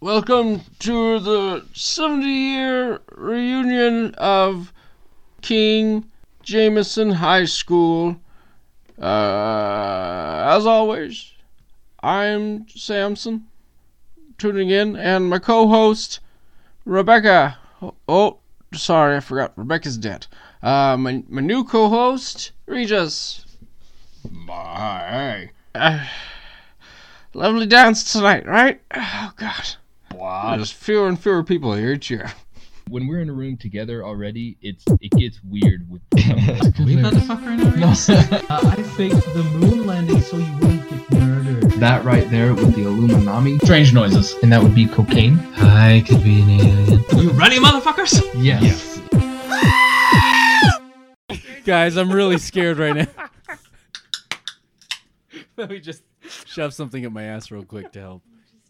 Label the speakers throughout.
Speaker 1: Welcome to the 70 year reunion of King Jameson High School. Uh, as always, I'm Samson tuning in, and my co host, Rebecca. Oh, sorry, I forgot. Rebecca's dead. Uh, my, my new co host, Regis.
Speaker 2: Bye.
Speaker 1: Uh, lovely dance tonight, right? Oh, God.
Speaker 2: Blah.
Speaker 1: There's fewer and fewer people here each year.
Speaker 2: When we're in a room together already, it's it gets weird with some of this.
Speaker 3: Wait, motherfucker, in the race? uh, I faked the moon landing so you wouldn't get murdered.
Speaker 4: That right there with the Illuminati.
Speaker 3: Strange noises.
Speaker 4: And that would be cocaine?
Speaker 3: I could be an alien. You ready, motherfuckers?
Speaker 4: Yes.
Speaker 5: Guys, I'm really scared right now. Let me just shove something at my ass real quick to help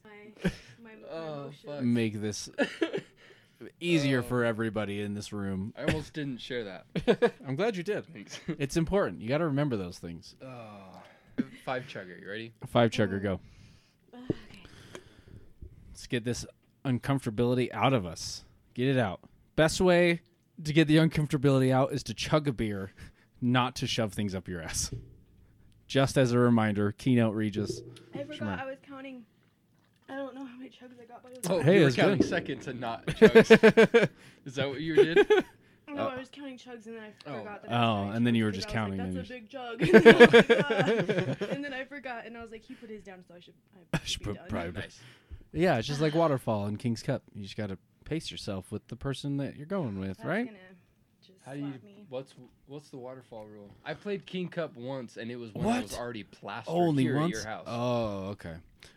Speaker 6: my, my, my
Speaker 7: Oh,
Speaker 6: emotions.
Speaker 5: make this easier for everybody in this room.
Speaker 7: I almost didn't share that.
Speaker 5: I'm glad you did.
Speaker 7: Thanks.
Speaker 5: It's important. You got to remember those things.
Speaker 7: Five chugger, you ready?
Speaker 5: Five chugger, go.
Speaker 6: Okay.
Speaker 5: Let's get this uncomfortability out of us. Get it out. Best way to get the uncomfortability out is to chug a beer, not to shove things up your ass. Just as a reminder, keynote Regis.
Speaker 6: I
Speaker 5: Shemar.
Speaker 6: forgot I was counting. I don't know how many chugs I got, but it was,
Speaker 7: Oh,
Speaker 5: Hey,
Speaker 7: you were
Speaker 5: that's
Speaker 7: counting
Speaker 5: good.
Speaker 7: seconds and not chugs. Is that what you did?
Speaker 6: no, I was counting chugs and then I
Speaker 7: Oh.
Speaker 6: forgot. that I was
Speaker 5: Oh,
Speaker 6: counting
Speaker 5: and then
Speaker 6: chugs
Speaker 5: you were
Speaker 6: because
Speaker 5: just
Speaker 6: I was
Speaker 5: counting,
Speaker 6: Like, That's a big jug. Oh and then I forgot, and I was like, he put his down, so I should. I
Speaker 5: should
Speaker 6: be
Speaker 5: put
Speaker 6: done.
Speaker 5: private.
Speaker 7: nice.
Speaker 5: Yeah, it's just like waterfall and King's Cup. You just gotta pace yourself with the person that you're going with,
Speaker 6: That's
Speaker 5: right?
Speaker 6: Gonna just
Speaker 7: How
Speaker 6: slap
Speaker 7: do you?
Speaker 6: me.
Speaker 7: What's what's the waterfall rule? I played King Cup once, and it was when it was
Speaker 5: What?
Speaker 7: already plastered
Speaker 5: Only
Speaker 7: here
Speaker 5: once.
Speaker 7: at your house.
Speaker 5: Oh, okay.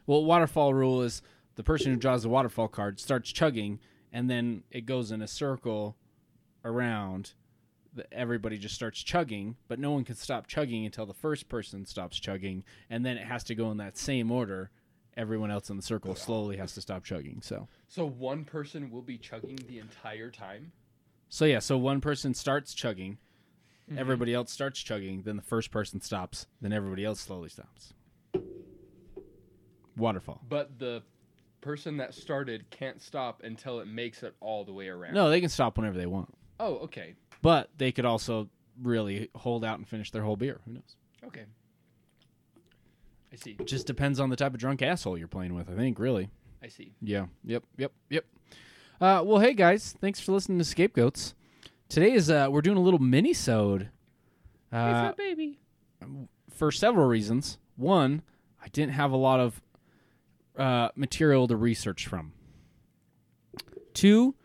Speaker 5: Well, waterfall rule is the person who draws the waterfall card starts chugging, and then it goes in a circle around. The- Everybody just starts chugging, but no one can stop chugging until the first person stops chugging, and then it has to go in that same order. Everyone else in the circle slowly has to stop chugging. So,
Speaker 7: So one person will be chugging the entire time.
Speaker 5: so yeah. So one person starts chugging, everybody else starts chugging, then the first person stops, then everybody else slowly stops. Waterfall.
Speaker 7: But the person that started can't stop until it makes it all the way around.
Speaker 5: No, they can stop whenever they want,
Speaker 7: Oh, okay.
Speaker 5: but they could also really hold out and finish their whole beer. Who knows?
Speaker 7: Okay. I see.
Speaker 5: It just depends on the type of drunk asshole you're playing with, I think, really.
Speaker 7: I see.
Speaker 5: Yeah. Yep. Yep. Yep. Uh, well, hey guys, thanks for listening to Scapegoats. Today is uh, we're doing a little mini-sode. Uh, baby. For several reasons. One, I didn't have a lot of uh, material to research from. Two,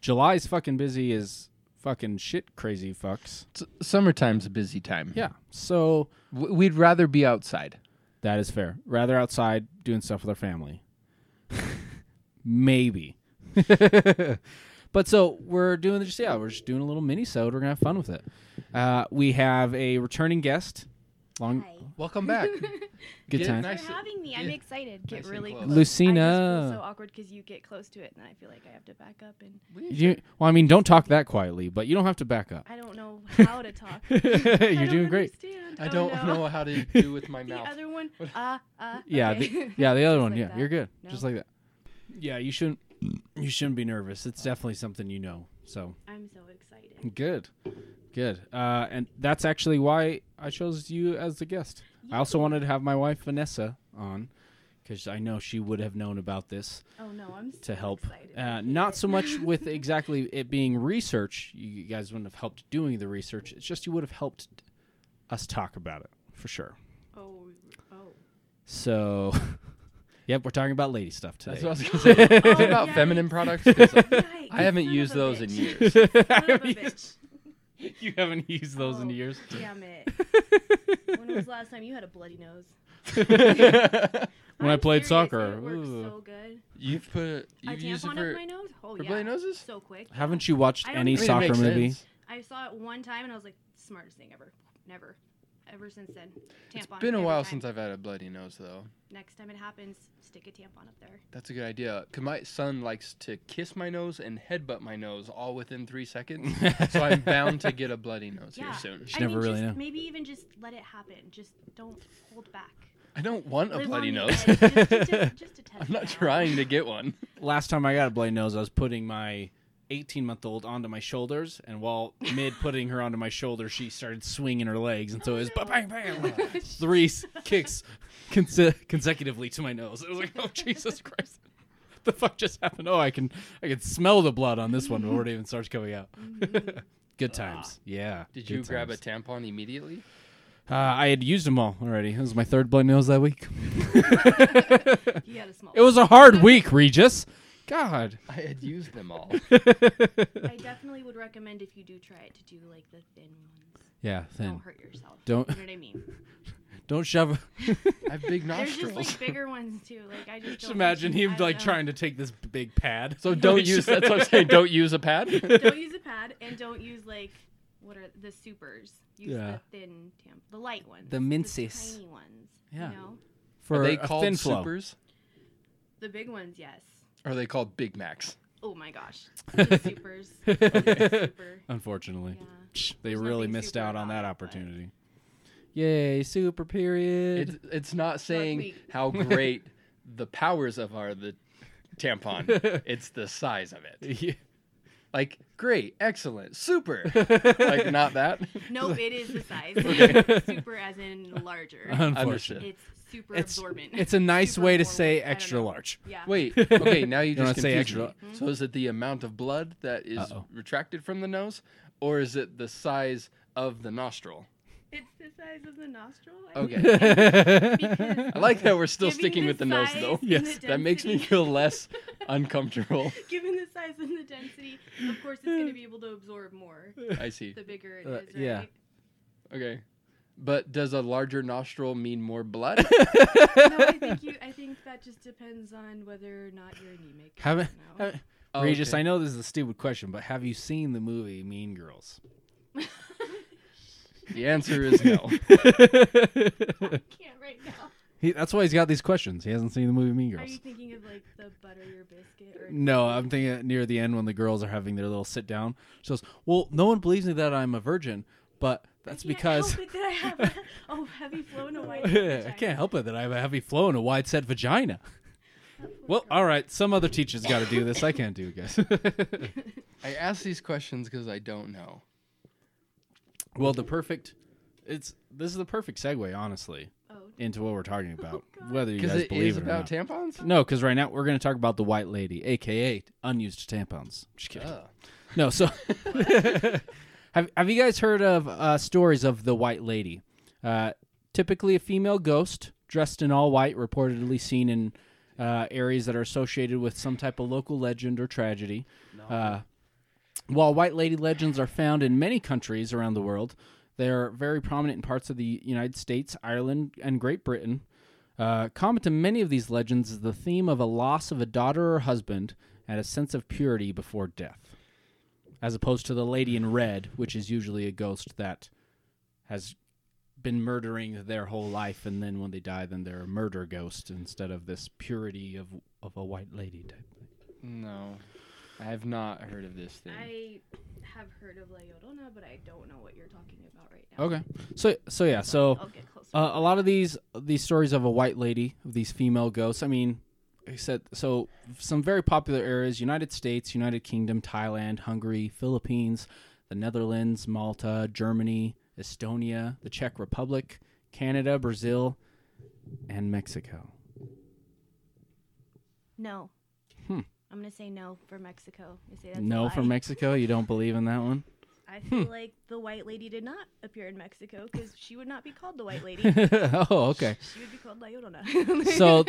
Speaker 5: July's fucking busy as fucking shit crazy fucks.
Speaker 7: summertime's a busy time.
Speaker 5: Yeah. So
Speaker 7: We'd rather be outside.
Speaker 5: That is fair. Rather outside doing stuff with our family. Maybe. but so we're doing just yeah, we're just doing a little mini sode. We're gonna have fun with it. Uh, we have a returning guest. Long
Speaker 8: Hi.
Speaker 7: Welcome back.
Speaker 5: good
Speaker 7: Yeah,
Speaker 5: time.
Speaker 7: nice.
Speaker 8: Thanks for having me. I'm
Speaker 7: yeah.
Speaker 8: excited. Get
Speaker 7: Nice and
Speaker 8: really
Speaker 7: close.
Speaker 8: close.
Speaker 6: I just feel so
Speaker 5: Lucina.
Speaker 6: awkward because you get close to it, and I feel like I have to back up, and
Speaker 5: You, well, I mean, don't talk that quietly, but you don't have to back up.
Speaker 6: I don't know how to talk.
Speaker 5: You're
Speaker 6: I don't
Speaker 5: doing great.
Speaker 6: understand.
Speaker 7: I
Speaker 6: Oh,
Speaker 7: don't
Speaker 6: no.
Speaker 7: know how to do with my
Speaker 6: The
Speaker 7: mouth.
Speaker 6: other one, uh, uh.
Speaker 5: Yeah,
Speaker 6: okay.
Speaker 5: the, yeah, the other
Speaker 6: Just
Speaker 5: one.
Speaker 6: like
Speaker 5: yeah,
Speaker 6: that.
Speaker 5: you're good.
Speaker 6: No.
Speaker 5: Just like that. Yeah, you shouldn't. You shouldn't be nervous. It's definitely something you know. So
Speaker 6: I'm so excited.
Speaker 5: Good. Good. Uh, and that's actually why I chose you as the guest. I also wanted to have my wife Vanessa on because I know she would have known about this
Speaker 6: Oh no, I'm so
Speaker 5: to help.
Speaker 6: Excited.
Speaker 5: Uh, not so much with exactly it being research. You guys wouldn't have helped doing the research. It's just you would have helped us talk about it for sure.
Speaker 6: Oh, oh.
Speaker 5: So, yep, we're talking about lady stuff today.
Speaker 7: That's what I was gonna say. Is it
Speaker 6: Oh,
Speaker 7: about
Speaker 6: yikes.
Speaker 7: feminine products. 'Cause
Speaker 6: Yikes,
Speaker 7: I haven't
Speaker 6: son
Speaker 7: used
Speaker 6: of a
Speaker 7: those in
Speaker 6: bitch.
Speaker 7: years.
Speaker 5: I
Speaker 6: Son of a
Speaker 5: haven't
Speaker 6: bitch.
Speaker 5: used- you haven't used those in
Speaker 6: Oh,
Speaker 5: years.
Speaker 6: Damn it. When was the last time you had a bloody nose?
Speaker 5: When I
Speaker 6: I'm
Speaker 5: played
Speaker 6: serious,
Speaker 5: soccer,
Speaker 6: It works
Speaker 5: ooh.
Speaker 6: so good.
Speaker 7: you've put
Speaker 6: A
Speaker 7: you've used it
Speaker 6: tampon
Speaker 7: for,
Speaker 6: up my nose? Oh,
Speaker 7: for
Speaker 6: yeah.
Speaker 7: bloody noses.
Speaker 6: So quick.
Speaker 5: Haven't you watched
Speaker 6: I don't
Speaker 5: any
Speaker 6: even-
Speaker 7: I mean, it
Speaker 5: soccer
Speaker 7: makes
Speaker 5: movie?
Speaker 7: sense.
Speaker 6: I saw it one time and I was like, smartest thing ever. Never. Ever since then. Tampon.
Speaker 7: It's been a while since I've had a bloody nose though.
Speaker 6: Next time it happens, stick a tampon up there.
Speaker 7: That's a good idea. Cause my son likes to kiss my nose and headbutt my nose all within three seconds, so I'm bound to get a bloody nose
Speaker 6: Yeah.
Speaker 7: here soon.
Speaker 5: should never really
Speaker 6: just,
Speaker 5: know.
Speaker 6: Maybe even just let it happen. Just don't hold back.
Speaker 7: I don't want a
Speaker 6: Live
Speaker 7: bloody
Speaker 6: on the
Speaker 7: nose.
Speaker 6: edge, Just, to te- just to test
Speaker 7: I'm
Speaker 6: it
Speaker 7: not
Speaker 6: out.
Speaker 7: trying to get one.
Speaker 5: Last time I got a bloody nose, I was putting my 18 month old onto my shoulders, and while mid putting her onto my shoulder, she started swinging her legs, and so it was
Speaker 6: no.
Speaker 5: bang bang
Speaker 7: Oh,
Speaker 5: bang, three s- kicks conse- consecutively to my nose. It was like, oh Jesus Christ, the fuck just happened? Oh, I can I can smell the blood on this one before it even starts coming out. Good times, yeah.
Speaker 7: Mm-hmm. Ah. Did you grab a tampon immediately?
Speaker 5: Uh, I had used them all already. It was my third bloody nose that week.
Speaker 6: He had a small.
Speaker 5: It was a hard week, Regis. God.
Speaker 7: I had used them all.
Speaker 6: I definitely would recommend if you do try it to do like the thin ones.
Speaker 5: Yeah, thin.
Speaker 6: Don't hurt yourself.
Speaker 5: Don't-
Speaker 6: You know what I mean?
Speaker 5: Don't shove.
Speaker 7: I have big
Speaker 6: There's
Speaker 7: nostrils.
Speaker 6: just like bigger ones too. Like I just.
Speaker 5: Just
Speaker 6: don't
Speaker 5: imagine
Speaker 6: think- I
Speaker 5: him
Speaker 6: don't
Speaker 5: like
Speaker 6: know.
Speaker 5: trying to take this big pad.
Speaker 7: so don't use. That's what I'm saying. Don't use a pad.
Speaker 6: Don't use a pad and don't use like what are the supers? Use
Speaker 5: Yeah.
Speaker 6: the thin tam- the light ones,
Speaker 5: The minces.
Speaker 6: tiny ones.
Speaker 5: Yeah.
Speaker 6: You know?
Speaker 5: for
Speaker 7: Are they
Speaker 5: a
Speaker 7: called
Speaker 5: thin flow.
Speaker 7: supers?
Speaker 6: The big ones, yes.
Speaker 7: Or are they called Big Macs?
Speaker 6: Oh my gosh. The supers. The super.
Speaker 5: Unfortunately,
Speaker 6: Yeah.
Speaker 5: Psh, they
Speaker 6: There's
Speaker 5: really
Speaker 6: nothing
Speaker 5: missed
Speaker 6: super
Speaker 5: out on
Speaker 6: about
Speaker 5: that
Speaker 6: it, but-
Speaker 5: opportunity. Yay, super period.
Speaker 7: It's it's not saying
Speaker 6: week.
Speaker 7: how great the powers of are the tampon. it's the size of it.
Speaker 5: Yeah.
Speaker 7: Like great, excellent, super. like not that.
Speaker 6: Nope, it is the size. super as in larger.
Speaker 5: Unfortunate.
Speaker 6: it's super
Speaker 5: Uh-huh. It's,
Speaker 6: absorbent.
Speaker 5: it's a nice
Speaker 6: Super
Speaker 5: way to
Speaker 6: absorbent.
Speaker 5: say
Speaker 6: I don't
Speaker 5: extra
Speaker 6: know.
Speaker 5: large.
Speaker 6: Yeah.
Speaker 7: Wait. Okay. Now you
Speaker 5: Don't
Speaker 7: just
Speaker 5: say
Speaker 7: confused
Speaker 5: extra.
Speaker 7: me. So is it the amount of blood that is
Speaker 5: Uh-oh.
Speaker 7: retracted from the nose, or is it the size of the nostril?
Speaker 6: It's the size of the nostril. I
Speaker 7: Okay.
Speaker 6: think.
Speaker 7: I
Speaker 6: Because
Speaker 7: like that we're still
Speaker 6: Giving
Speaker 7: sticking
Speaker 6: the
Speaker 7: with Oh. the nose
Speaker 6: size
Speaker 7: though.
Speaker 6: and the Yes.
Speaker 7: That makes me
Speaker 6: density.
Speaker 7: feel less uncomfortable.
Speaker 6: given the size and the density, of course, it's going to be able to absorb more.
Speaker 7: I see.
Speaker 6: The bigger it is,
Speaker 5: Uh,
Speaker 6: right?
Speaker 5: yeah.
Speaker 7: Okay. But does a larger nostril mean more blood?
Speaker 6: no, I think you. I think that just depends on whether or not you're anemic. I
Speaker 5: Haven't,
Speaker 6: don't know.
Speaker 5: haven't-
Speaker 7: Oh,
Speaker 5: Regis,
Speaker 7: okay.
Speaker 5: I know this is a stupid question, but have you seen the movie Mean Girls?
Speaker 7: The answer is no.
Speaker 6: can't right now.
Speaker 5: He, that's why he's got these questions. He hasn't seen the movie Mean
Speaker 6: Are
Speaker 5: Girls.
Speaker 6: you thinking of like the butter your biscuit? Or
Speaker 5: No, I'm thinking at- near the end when the girls are having their little sit down. She goes, "Well, no one believes me that I'm a virgin, but that's
Speaker 6: I can't
Speaker 5: because
Speaker 6: help it that I have a, oh heavy flow and a white.
Speaker 5: I can't help it that I have a heavy flow and a wide set vagina." Well, all right, some other teacher's got to do this. I can't do it, guys.
Speaker 7: I ask these questions because I don't know.
Speaker 5: well, the perfect it's this is the perfect segue, honestly,
Speaker 6: Oh,
Speaker 5: into what we're talking about.
Speaker 6: God.
Speaker 5: whether you
Speaker 7: Because
Speaker 5: guys
Speaker 7: it
Speaker 5: believe
Speaker 7: is
Speaker 5: it or
Speaker 7: about
Speaker 5: not.
Speaker 7: tampons?
Speaker 5: no, because right now we're going to talk about the white lady, aka unused tampons. Just kidding.
Speaker 7: Oh.
Speaker 5: No, so have have you guys heard of uh, stories of the White Lady? Uh, typically, a female ghost dressed in all white, reportedly seen in uh, areas that are associated with some type of local legend or tragedy. Uh, while White Lady legends are found in many countries around the world, they are very prominent in parts of the United States, Ireland, and Great Britain. Uh, common to many of these legends is the theme of a loss of a daughter or husband and a sense of purity before death as opposed to the lady in red, which is usually a ghost that has been murdering their whole life, and then when they die, then they're a murder ghost instead of this purity of of a white lady type. thing.
Speaker 7: No. I have not heard of this thing.
Speaker 6: I have heard of La Llorona, but I don't know what you're talking about right now.
Speaker 5: Okay, so so yeah, so
Speaker 6: I'll get closer.
Speaker 5: Uh, a lot of these these stories of a white lady, of these female ghosts. I mean, I said so. Some very popular areas: United States, United Kingdom, Thailand, Hungary, Philippines, the Netherlands, Malta, Germany, Estonia, the Czech Republic, Canada, Brazil, and Mexico.
Speaker 6: no.
Speaker 5: Hmm.
Speaker 6: I'm gonna say no for Mexico. I say that's a
Speaker 5: no, for Hmm.
Speaker 6: lie.
Speaker 5: Mexico, you don't believe in that one.
Speaker 6: I feel like the white lady did not appear in Mexico because she would not be called the white lady.
Speaker 5: oh, okay.
Speaker 6: She would be called La Llorona.
Speaker 5: So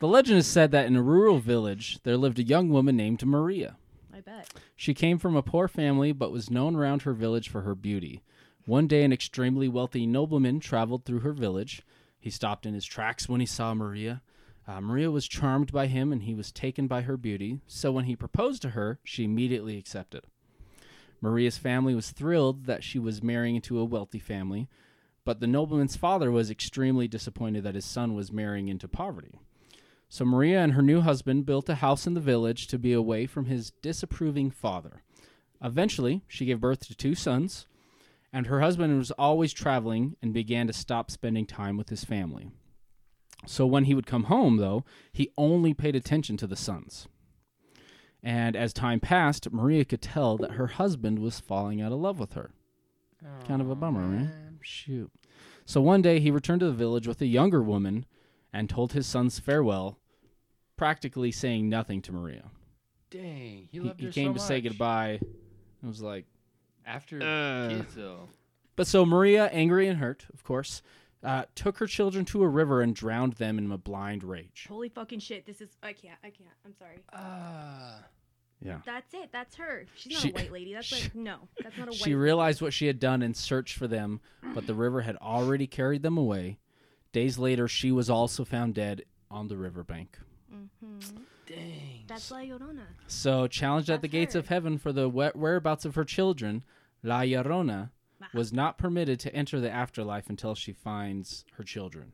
Speaker 5: the legend is said that in a rural village there lived a young woman named Maria.
Speaker 6: I bet.
Speaker 5: She came from a poor family but was known around her village for her beauty. One day, an extremely wealthy nobleman traveled through her village. He stopped in his tracks when he saw Maria. Uh, Maria was charmed by him and he was taken by her beauty, so when he proposed to her, she immediately accepted. Maria's family was thrilled that she was marrying into a wealthy family, but the nobleman's father was extremely disappointed that his son was marrying into poverty. So Maria and her new husband built a house in the village to be away from his disapproving father. Eventually, she gave birth to two sons, and her husband was always traveling and began to stop spending time with his family. So when he would come home, though, he only paid attention to the sons. And as time passed, Maria could tell that her husband was falling out of love with her. Kind of a bummer, right? Shoot. So one day he returned to the village with a younger woman and told his sons farewell, practically saying nothing to Maria.
Speaker 7: Dang, he
Speaker 5: He,
Speaker 7: loved
Speaker 5: he
Speaker 7: her
Speaker 5: came
Speaker 7: so
Speaker 5: to say
Speaker 7: much.
Speaker 5: goodbye. It was like,
Speaker 7: after
Speaker 5: Ugh.
Speaker 7: kids though.
Speaker 5: But so Maria, angry and hurt, of course, uh, took her children to a river and drowned them in a blind rage.
Speaker 6: Holy fucking shit! This is I can't. I can't. I'm sorry.
Speaker 7: Ah,
Speaker 6: That's it. That's her. She's not
Speaker 5: She-
Speaker 6: a white lady. That's like no. That's not a white.
Speaker 5: She realized what she had done and searched for them, but the river had already carried them away. Days later, she was also found dead on the riverbank.
Speaker 6: Mhm.
Speaker 7: dang.
Speaker 6: That's La Llorona.
Speaker 5: So, challenged at
Speaker 6: That's
Speaker 5: the gates
Speaker 6: her.
Speaker 5: of heaven for the whe- whereabouts of her children, La Llorona was not permitted to enter the afterlife until she finds her children.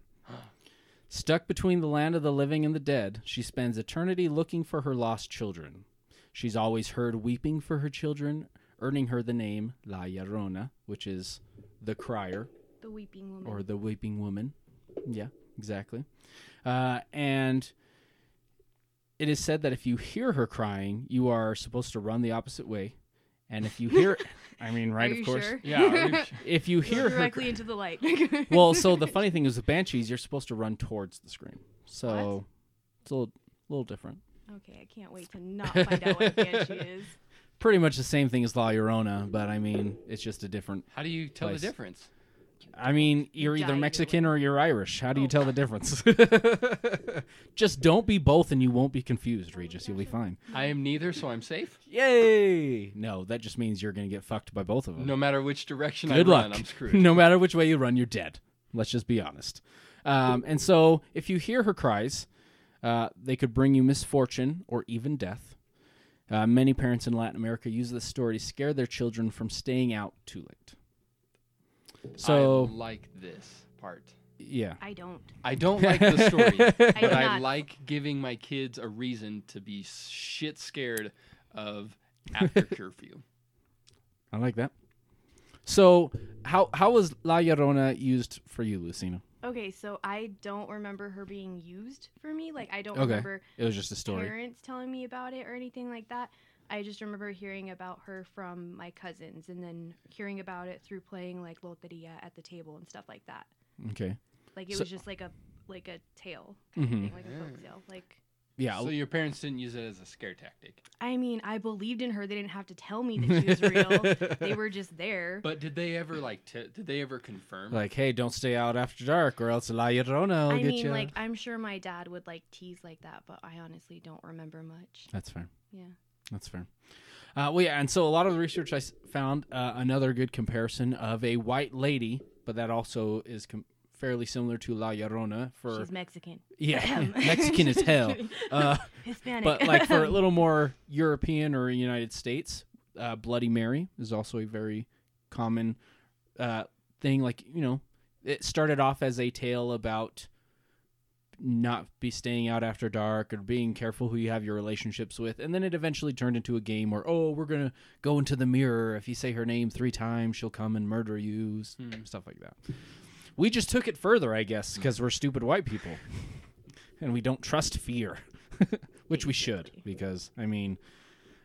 Speaker 5: Stuck between the land of the living and the dead, she spends eternity looking for her lost children. She's always heard weeping for her children, earning her the name La Llorona, which is the crier
Speaker 6: The weeping woman.
Speaker 5: or the weeping woman. Yeah, exactly. Uh, and it is said that if you hear her crying, you are supposed to run the opposite way. And if you hear, I mean, right,
Speaker 6: Are
Speaker 5: of
Speaker 6: you
Speaker 5: course.
Speaker 6: Sure?
Speaker 7: Yeah, are you sure?
Speaker 5: If you
Speaker 6: Go
Speaker 5: hear her,
Speaker 6: directly into the light.
Speaker 5: well, so the funny thing is with banshees, you're supposed to run towards the screen. So it's a little, little different.
Speaker 6: Okay, I can't wait to not find out what a banshee is.
Speaker 5: Pretty much the same thing as La Llorona, but I mean, it's just a different.
Speaker 7: How do you tell
Speaker 5: Place.
Speaker 7: the difference?
Speaker 5: I mean, you're
Speaker 6: Die
Speaker 5: either
Speaker 6: either
Speaker 5: Mexican or you're Irish. How do you
Speaker 6: Oh.
Speaker 5: tell the difference? just don't be both, and you won't be confused, Regis. You'll be fine.
Speaker 7: I am neither, so I'm safe.
Speaker 5: Yay! No, that just means you're gonna get fucked by both of them.
Speaker 7: No matter which direction
Speaker 5: Good
Speaker 7: I
Speaker 5: luck.
Speaker 7: run, I'm screwed.
Speaker 5: no matter which way you run, you're dead. Let's just be honest. Um, and so, if you hear her cries, uh, they could bring you misfortune or even death. Uh, many parents in Latin America use this story to scare their children from staying out too late. So,
Speaker 7: I like this part.
Speaker 5: yeah.
Speaker 6: I don't.
Speaker 7: I don't like the story,
Speaker 6: I do
Speaker 7: but I
Speaker 6: not.
Speaker 7: like giving my kids a reason to be shit scared of after curfew.
Speaker 5: I like that. So, how how was La Llorona used for you, Lucina?
Speaker 6: Okay, so I don't remember her being used for me. Like I don't
Speaker 5: Okay.
Speaker 6: remember
Speaker 5: It was just a story.
Speaker 6: parents telling me about it or anything like that. I just remember hearing about her from my cousins and then hearing about it through playing like loteria at the table and stuff like that.
Speaker 5: Okay.
Speaker 6: Like it
Speaker 5: So-
Speaker 6: was just like a like a tale kind
Speaker 5: Mhm.
Speaker 6: of thing, like a folk tale. Like
Speaker 5: Yeah.
Speaker 7: So your parents didn't use it as a scare tactic.
Speaker 6: I mean, I believed in her. They didn't have to tell me that she was real. they were just there.
Speaker 7: But did they ever like? T- did they ever confirm?
Speaker 5: like, hey, don't stay out after dark, or else La Llorona will
Speaker 6: I
Speaker 5: get
Speaker 6: mean,
Speaker 5: you.
Speaker 6: like I'm sure my dad would like tease like that, but I honestly don't remember much.
Speaker 5: That's fair.
Speaker 6: Yeah.
Speaker 5: That's fair. Uh, well, yeah, and so a lot of the research I s- found uh, another good comparison of a white lady, but that also is com- fairly similar to La Llorona for
Speaker 6: She's Mexican,
Speaker 5: yeah, Mexican as hell. Uh,
Speaker 6: Hispanic.
Speaker 5: but like for a little more European or United States, uh, Bloody Mary is also a very common uh, thing. Like you know, it started off as a tale about not be staying out after dark or being careful who you have your relationships with, and then it eventually turned into a game where oh, we're gonna go into the mirror. If you say her name three times, she'll come and murder you. s- Stuff like that. We just took it further, I guess, because we're stupid white people, and we don't trust fear which we should because I mean,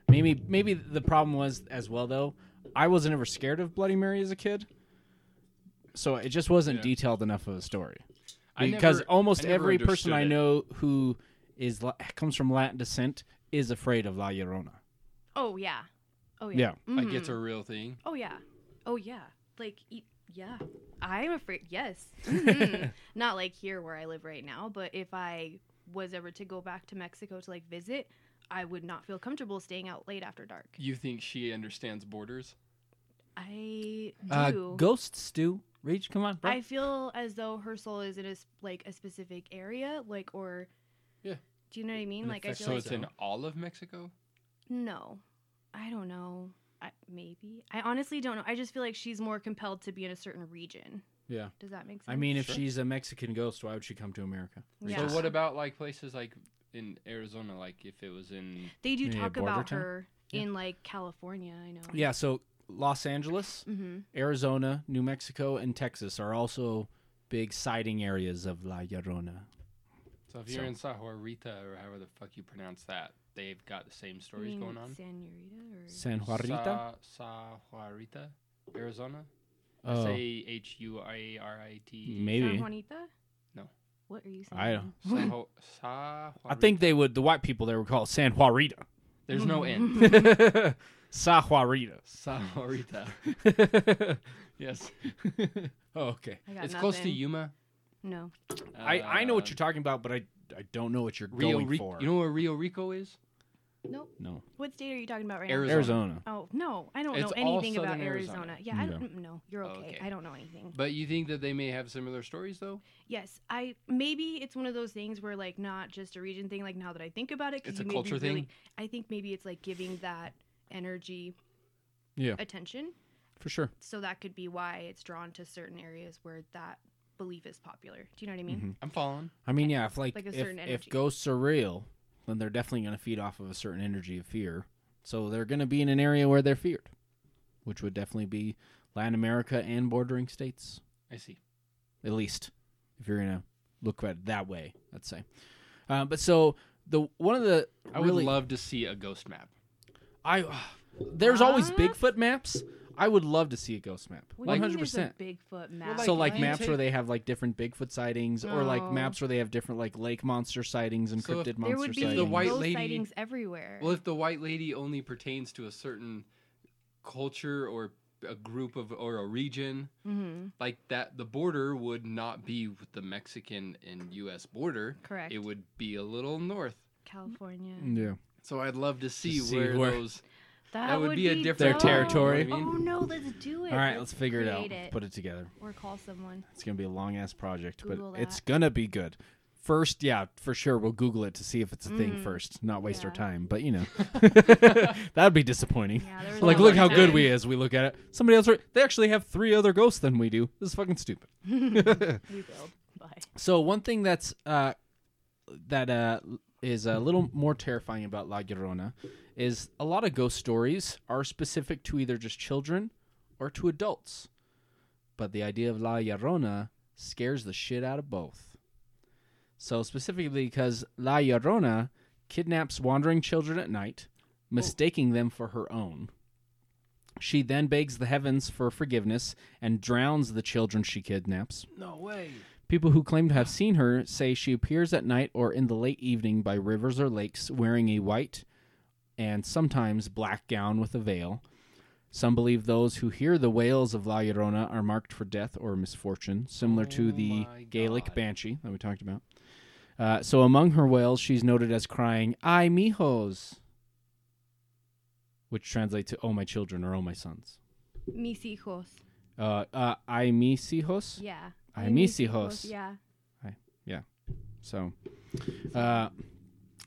Speaker 5: maybe maybe the problem was as well though. I wasn't ever scared of Bloody Mary as a kid, so it just wasn't
Speaker 7: Yeah.
Speaker 5: detailed enough of a story.
Speaker 7: I never-
Speaker 5: Because almost
Speaker 7: I never
Speaker 5: every person
Speaker 7: understood
Speaker 5: I
Speaker 7: it.
Speaker 5: know who is La- comes from Latin descent is afraid of La Llorona.
Speaker 6: oh yeah, oh
Speaker 5: Yeah.
Speaker 6: yeah,
Speaker 7: like it's
Speaker 6: Mhm.
Speaker 7: a real thing.
Speaker 6: Oh yeah. Oh yeah. Like e- yeah. I'm afraid. Yes. Mhm. Not like here where I live right now, but if I was ever to go back to Mexico to like visit, I would not feel comfortable staying out late after dark.
Speaker 7: You think she understands borders?
Speaker 6: I
Speaker 5: Uh,
Speaker 6: do.
Speaker 5: ghosts do. Reach, come on, bro.
Speaker 6: I feel as though her soul is in a s- like a specific area, like or.
Speaker 7: Yeah.
Speaker 6: Do you know what I mean?
Speaker 5: An
Speaker 6: Like I
Speaker 5: effect-
Speaker 6: feel
Speaker 7: So
Speaker 6: like
Speaker 7: it's in all of Mexico.
Speaker 6: No, I don't know. I, maybe I honestly don't know. I just feel like she's more compelled to be in a certain region.
Speaker 5: Yeah.
Speaker 6: Does that make sense?
Speaker 5: I mean, if
Speaker 7: Sure.
Speaker 5: she's a Mexican ghost, why would she come to America?
Speaker 6: Yeah.
Speaker 7: So what about like places like in Arizona? Like if it was in
Speaker 6: They do
Speaker 5: Yeah,
Speaker 6: talk
Speaker 5: border
Speaker 6: about
Speaker 5: town.
Speaker 6: her in like California. I know.
Speaker 5: Yeah, so Los Angeles,
Speaker 6: hmm
Speaker 5: Arizona, New Mexico, and Texas are also big sighting areas of La Llorona.
Speaker 7: So if you're in Sahuarita or however the fuck you pronounce that, they've got the same stories
Speaker 6: You mean
Speaker 7: going on.
Speaker 6: Senorita or
Speaker 5: San Juanita.
Speaker 7: Sa- Sahuarita, Arizona. S
Speaker 5: Oh,
Speaker 7: A H U I R I T. E.
Speaker 6: San
Speaker 5: maybe.
Speaker 6: Juanita?
Speaker 7: No.
Speaker 6: What are you saying?
Speaker 5: I don't.
Speaker 7: Saho- Sahuarita.
Speaker 5: I think they would. The white people there would call it San Juarita.
Speaker 7: there's no end.
Speaker 5: Sa Juarita.
Speaker 7: Sahuarita. yes.
Speaker 5: oh, okay.
Speaker 6: I got
Speaker 7: It's close to
Speaker 6: nothing.
Speaker 7: Yuma.
Speaker 6: No.
Speaker 5: I, I know
Speaker 7: Uh,
Speaker 5: what you're talking about, but I I don't know what you're
Speaker 7: Rio
Speaker 5: going
Speaker 7: Ri-
Speaker 5: for.
Speaker 7: You know where Rio Rico is?
Speaker 6: Nope.
Speaker 5: No.
Speaker 6: What state are you talking about right
Speaker 7: Arizona.
Speaker 5: Arizona.
Speaker 6: now? Oh, no. I don't
Speaker 7: It's
Speaker 6: know
Speaker 7: all
Speaker 6: anything about
Speaker 7: southern Arizona.
Speaker 6: Arizona. Yeah, I
Speaker 5: Yeah.
Speaker 6: don't mm, no. You're
Speaker 7: Oh,
Speaker 6: okay.
Speaker 7: okay.
Speaker 6: I don't know anything.
Speaker 7: But you think that they may have similar stories though?
Speaker 6: Yes, I maybe it's one of those things where like not just a region thing. Like now that I think about it, 'cause
Speaker 7: It's a
Speaker 6: you made me
Speaker 7: culture
Speaker 6: really-
Speaker 7: thing?
Speaker 6: I think maybe it's like giving that energy,
Speaker 5: Yeah.
Speaker 6: attention.
Speaker 5: For sure.
Speaker 6: So that could be why it's drawn to certain areas where that belief is popular. Do you know what I mean?
Speaker 5: Mm-hmm.
Speaker 7: I'm following.
Speaker 5: I mean, yeah, if like,
Speaker 6: Like a
Speaker 5: if,
Speaker 6: certain
Speaker 5: if
Speaker 6: energy.
Speaker 5: ghosts are real, then they're definitely going to feed off of a certain energy of fear. So they're going to be in an area where they're feared, which would definitely be Latin America and bordering states,
Speaker 7: I see.
Speaker 5: at least if you're going to look at it that way. Let's say. Uh, but so the one of the
Speaker 7: I
Speaker 5: really
Speaker 7: would love to see a ghost map.
Speaker 5: I there's always
Speaker 6: Huh?
Speaker 5: Bigfoot maps. I would love to see a ghost map.
Speaker 6: What
Speaker 5: One
Speaker 6: do you mean
Speaker 5: hundred
Speaker 6: there's
Speaker 5: percent.
Speaker 6: a Bigfoot map.
Speaker 5: so like
Speaker 7: like,
Speaker 5: maps
Speaker 7: take-
Speaker 5: where they have like different Bigfoot sightings, or like
Speaker 6: No.
Speaker 5: maps where they have different like lake monster sightings and
Speaker 7: So if-
Speaker 5: cryptid monster
Speaker 6: Oh. there would be
Speaker 5: sightings.
Speaker 7: The white
Speaker 6: ghost
Speaker 7: lady-
Speaker 6: sightings everywhere.
Speaker 7: Well, if the white lady only pertains to a certain culture or a group of or a region,
Speaker 6: hmm
Speaker 7: like that the border would not be with the Mexican and US border.
Speaker 6: Correct.
Speaker 7: It would be a little north.
Speaker 6: California.
Speaker 5: yeah.
Speaker 7: So I'd love to see,
Speaker 5: see
Speaker 7: where,
Speaker 5: where-
Speaker 7: those
Speaker 6: That,
Speaker 7: would be a different
Speaker 5: Their
Speaker 6: dope.
Speaker 5: territory.
Speaker 7: You know what I
Speaker 6: Oh
Speaker 7: mean?
Speaker 6: no, let's do it.
Speaker 5: All right, let's figure it out.
Speaker 6: create it.
Speaker 5: Put it together.
Speaker 6: Or call someone.
Speaker 5: It's gonna be a long ass project,
Speaker 6: Google
Speaker 5: but it's
Speaker 6: that.
Speaker 5: gonna be good. First, yeah, for sure, we'll Google it to see if it's a thing first, not waste our
Speaker 6: Mm. Yeah.
Speaker 5: time. But you know, that'd be disappointing.
Speaker 6: Yeah, there was
Speaker 5: like,
Speaker 6: that
Speaker 5: look
Speaker 6: one
Speaker 5: how good
Speaker 6: time-
Speaker 5: we is. We look at it. Somebody else, wrote- they actually have three other ghosts than we do. This is fucking stupid.
Speaker 6: We will. Bye.
Speaker 5: So one thing that's uh, that uh, is a little more terrifying about La Llorona is a lot of ghost stories are specific to either just children or to adults, but the idea of La Llorona scares the shit out of both. So specifically because La Llorona kidnaps wandering children at night, mistaking them for her own. She then begs the heavens for forgiveness and drowns the children she kidnaps.
Speaker 7: No way.
Speaker 5: People who claim to have seen her say she appears at night or in the late evening by rivers or lakes wearing a white and sometimes black gown with a veil. Some believe those who hear the wails of La Llorona are marked for death or misfortune, similar to
Speaker 7: Oh
Speaker 5: the
Speaker 7: my
Speaker 5: Gaelic
Speaker 7: God.
Speaker 5: banshee that we talked about. Uh, so among her wails, she's noted as crying, Ay, mijos, which translates to, Oh, my children, or Oh, my sons.
Speaker 6: Mis hijos.
Speaker 5: Uh, uh, Ay, mis hijos.
Speaker 6: Yeah.
Speaker 5: Ay,
Speaker 6: Ay,
Speaker 5: mis hijos.
Speaker 6: Yeah.
Speaker 5: So, uh,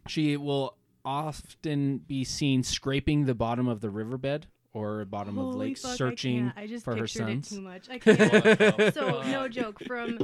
Speaker 5: she will often be seen scraping the bottom of the riverbed or bottom of
Speaker 6: Holy
Speaker 5: lakes,
Speaker 6: fuck, I
Speaker 5: searching
Speaker 6: can't. I just
Speaker 5: for her
Speaker 6: pictured it
Speaker 5: sons. Oh,
Speaker 6: too much. I
Speaker 7: What
Speaker 6: can't.
Speaker 7: the
Speaker 6: so
Speaker 7: fuck?
Speaker 6: no joke. From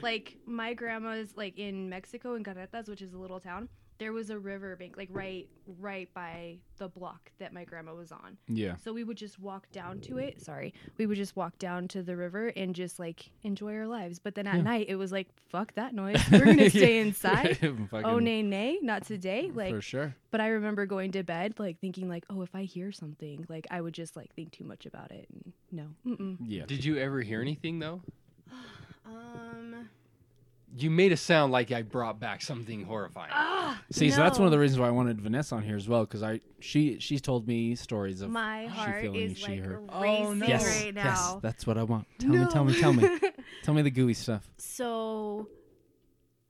Speaker 6: like my grandma's, like in Mexico in Carretas, which is a little town. There was a river bank, like right, right by the block that my grandma was on.
Speaker 5: Yeah.
Speaker 6: So we would just walk down to it. Sorry, we would just walk down to the river and just like enjoy our lives. But then at night, it was like, fuck that noise. We're gonna stay inside. Oh nay nay, not today. Like
Speaker 5: for sure.
Speaker 6: But I remember going to bed like thinking like, oh, if I hear something, like I would just like think too much about it. And no. Mm-mm.
Speaker 5: Yeah.
Speaker 7: Did you ever hear anything though?
Speaker 6: Um.
Speaker 7: You made a sound like I brought back something horrifying.
Speaker 6: Uh,
Speaker 5: See, so that's one of the
Speaker 6: Ah, no.
Speaker 5: reasons why I wanted Vanessa on here as well, because I she she's told me stories of
Speaker 6: My
Speaker 5: she
Speaker 6: heart
Speaker 5: feeling
Speaker 6: is
Speaker 5: she
Speaker 6: like
Speaker 5: heard.
Speaker 7: Oh,
Speaker 6: racing
Speaker 7: no.
Speaker 5: Yes,
Speaker 6: right
Speaker 5: yes,
Speaker 6: now.
Speaker 5: that's what I want. Tell me, tell me, tell me, tell me the gooey stuff.
Speaker 6: so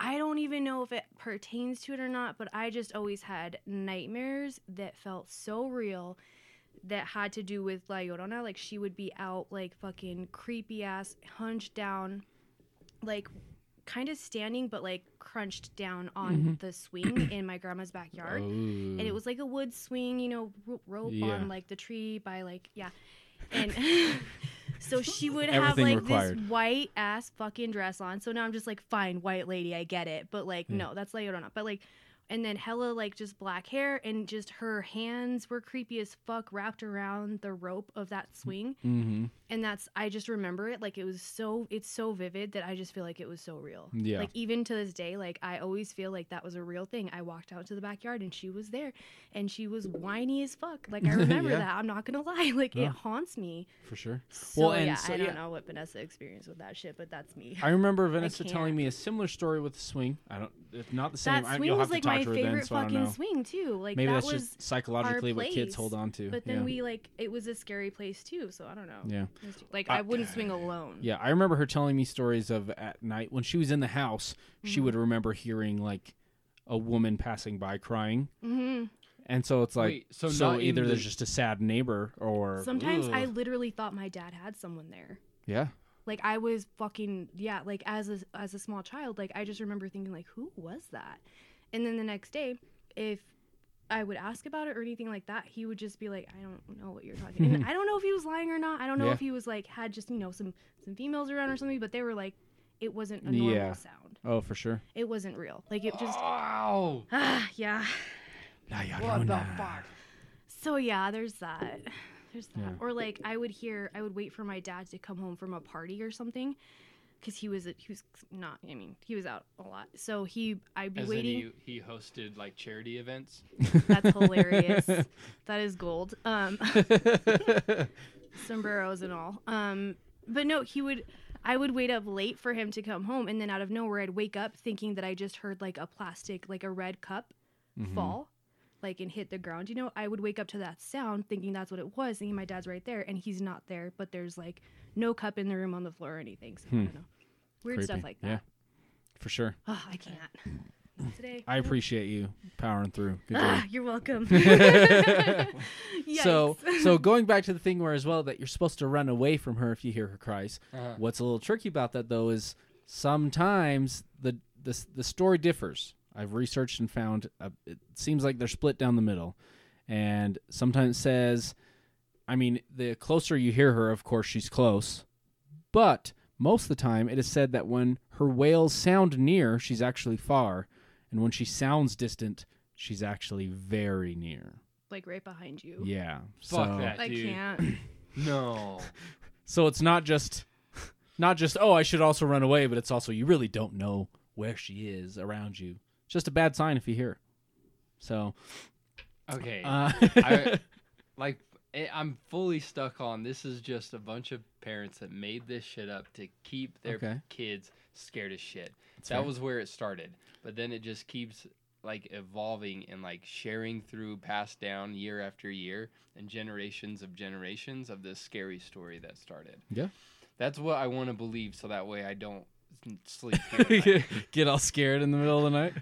Speaker 6: I don't even know if it pertains to it or not, but I just always had nightmares that felt so real that had to do with La Llorona. Like she would be out, like fucking creepy ass, hunched down, like kind of standing, but like crunched down on the swing in my grandma's backyard
Speaker 5: And
Speaker 6: and it was like a wood swing, you know, ro- rope
Speaker 5: Mm. Yeah.
Speaker 6: on like the tree by like yeah, and so she would
Speaker 5: Everything
Speaker 6: have like
Speaker 5: required.
Speaker 6: this white ass fucking dress on. So now I'm just like, fine, white lady, I get it, but like no, that's La Llorona. But like and then hella like just black hair and just her hands were creepy as fuck wrapped around the rope of that swing
Speaker 5: Mm-hmm.
Speaker 6: and that's i just remember it like it was so it's so vivid that i just feel like it was so real
Speaker 5: Yeah.
Speaker 6: like even to this day like i always feel like that was a real thing i walked out to the backyard and she was there and she was whiny as fuck like i remember
Speaker 5: Yeah.
Speaker 6: that i'm not gonna lie like
Speaker 5: Yeah.
Speaker 6: it haunts me
Speaker 5: For sure.
Speaker 6: so
Speaker 5: Well, and
Speaker 6: yeah
Speaker 5: so-
Speaker 6: i don't
Speaker 5: yeah.
Speaker 6: know what vanessa experienced with that shit but that's me
Speaker 5: I remember Vanessa telling
Speaker 6: can't.
Speaker 5: me a similar story with the swing. I don't. It's not the same.
Speaker 6: that
Speaker 5: I,
Speaker 6: swing
Speaker 5: you'll have
Speaker 6: was
Speaker 5: to
Speaker 6: like
Speaker 5: talk
Speaker 6: my
Speaker 5: to her then,
Speaker 6: favorite
Speaker 5: so I don't
Speaker 6: fucking
Speaker 5: know.
Speaker 6: swing too like
Speaker 5: Maybe
Speaker 6: that
Speaker 5: that's
Speaker 6: was
Speaker 5: just psychologically what kids
Speaker 6: place.
Speaker 5: hold on to.
Speaker 6: but
Speaker 5: yeah.
Speaker 6: then we like it was a scary place too so i don't know
Speaker 5: Yeah.
Speaker 6: It was- like
Speaker 5: I-
Speaker 6: i, wouldn't swing alone
Speaker 5: Yeah, I remember her telling me stories of at night when she was in the house, she
Speaker 6: Mm-hmm.
Speaker 5: would remember hearing like a woman passing by crying.
Speaker 6: hmm
Speaker 5: And so it's like
Speaker 7: Wait, so
Speaker 5: so
Speaker 7: not in
Speaker 5: either
Speaker 7: the-
Speaker 5: there's just a sad neighbor or
Speaker 6: Sometimes I
Speaker 7: Ugh.
Speaker 6: literally thought my dad had someone there.
Speaker 5: yeah.
Speaker 6: Like I was fucking yeah, like as a as a small child, like I just remember thinking like who was that? And then the next day, if I would ask about it or anything like that, he would just be like, I don't know what you're talking. and I don't know if he was lying or not. I don't know
Speaker 5: Yeah.
Speaker 6: if he was like had just, you know, some some females around or something, but they were like it wasn't a normal
Speaker 5: Yeah.
Speaker 6: sound.
Speaker 5: Oh, for sure.
Speaker 6: It wasn't real. Like it just
Speaker 7: Wow.
Speaker 6: ah, yeah.
Speaker 5: What the fuck?
Speaker 6: So yeah, there's that. There's that.
Speaker 5: Yeah.
Speaker 6: Or like I would hear, I would wait for my dad to come home from a party or something, because he was he was not. I mean, he was out a lot. So he, I'd be
Speaker 7: As in
Speaker 6: waiting.
Speaker 7: he, he hosted like charity events.
Speaker 6: That's hilarious. that is gold. Um, sombreros and all. Um, but no, he would. I would wait up late for him to come home, and then out of nowhere, I'd wake up thinking that I just heard like a plastic, like a red cup, fall, like and hit the ground. You know, I would wake up to that sound, thinking that's what it was, thinking my dad's right there, and he's not there. But there's like no cup in the room on the floor or anything. So I don't know. Weird stuff
Speaker 5: Creepy.
Speaker 6: like
Speaker 5: Yeah.
Speaker 6: that.
Speaker 5: For sure.
Speaker 6: Oh, I can't. Not today.
Speaker 5: I appreciate you powering through. Good job.
Speaker 6: Ah, you're welcome.
Speaker 5: So,
Speaker 6: Yikes.
Speaker 5: so going back to the thing where as well that you're supposed to run away from her if you hear her cries.
Speaker 7: Uh-huh.
Speaker 5: What's a little tricky about that though is sometimes the the the story differs. I've researched and found uh it seems like they're split down the middle, and sometimes it says, I mean, the closer you hear her, of course she's close, but most of the time it is said that when her wails sound near, she's actually far, and when she sounds distant, she's actually very near.
Speaker 6: like right behind you.
Speaker 5: Yeah.
Speaker 7: Fuck
Speaker 5: so,
Speaker 7: that,
Speaker 6: I
Speaker 7: dude.
Speaker 6: can't.
Speaker 7: No.
Speaker 5: So it's not just not just oh, I should also run away, but it's also you really don't know where she is around you. It's just a bad sign if you hear. her. So
Speaker 7: Okay.
Speaker 5: uh,
Speaker 7: I- like eh, I'm fully stuck on this is just a bunch of parents that made this shit up to keep their
Speaker 5: Okay.
Speaker 7: kids scared as shit. that
Speaker 5: fair.
Speaker 7: was where it started, but then it just keeps like evolving and like sharing through passed down year after year and generations of generations of this scary story that started.
Speaker 5: Yeah.
Speaker 7: That's what I want to believe so that way I don't s- sleep. through the night.
Speaker 5: get all scared in the middle of the night.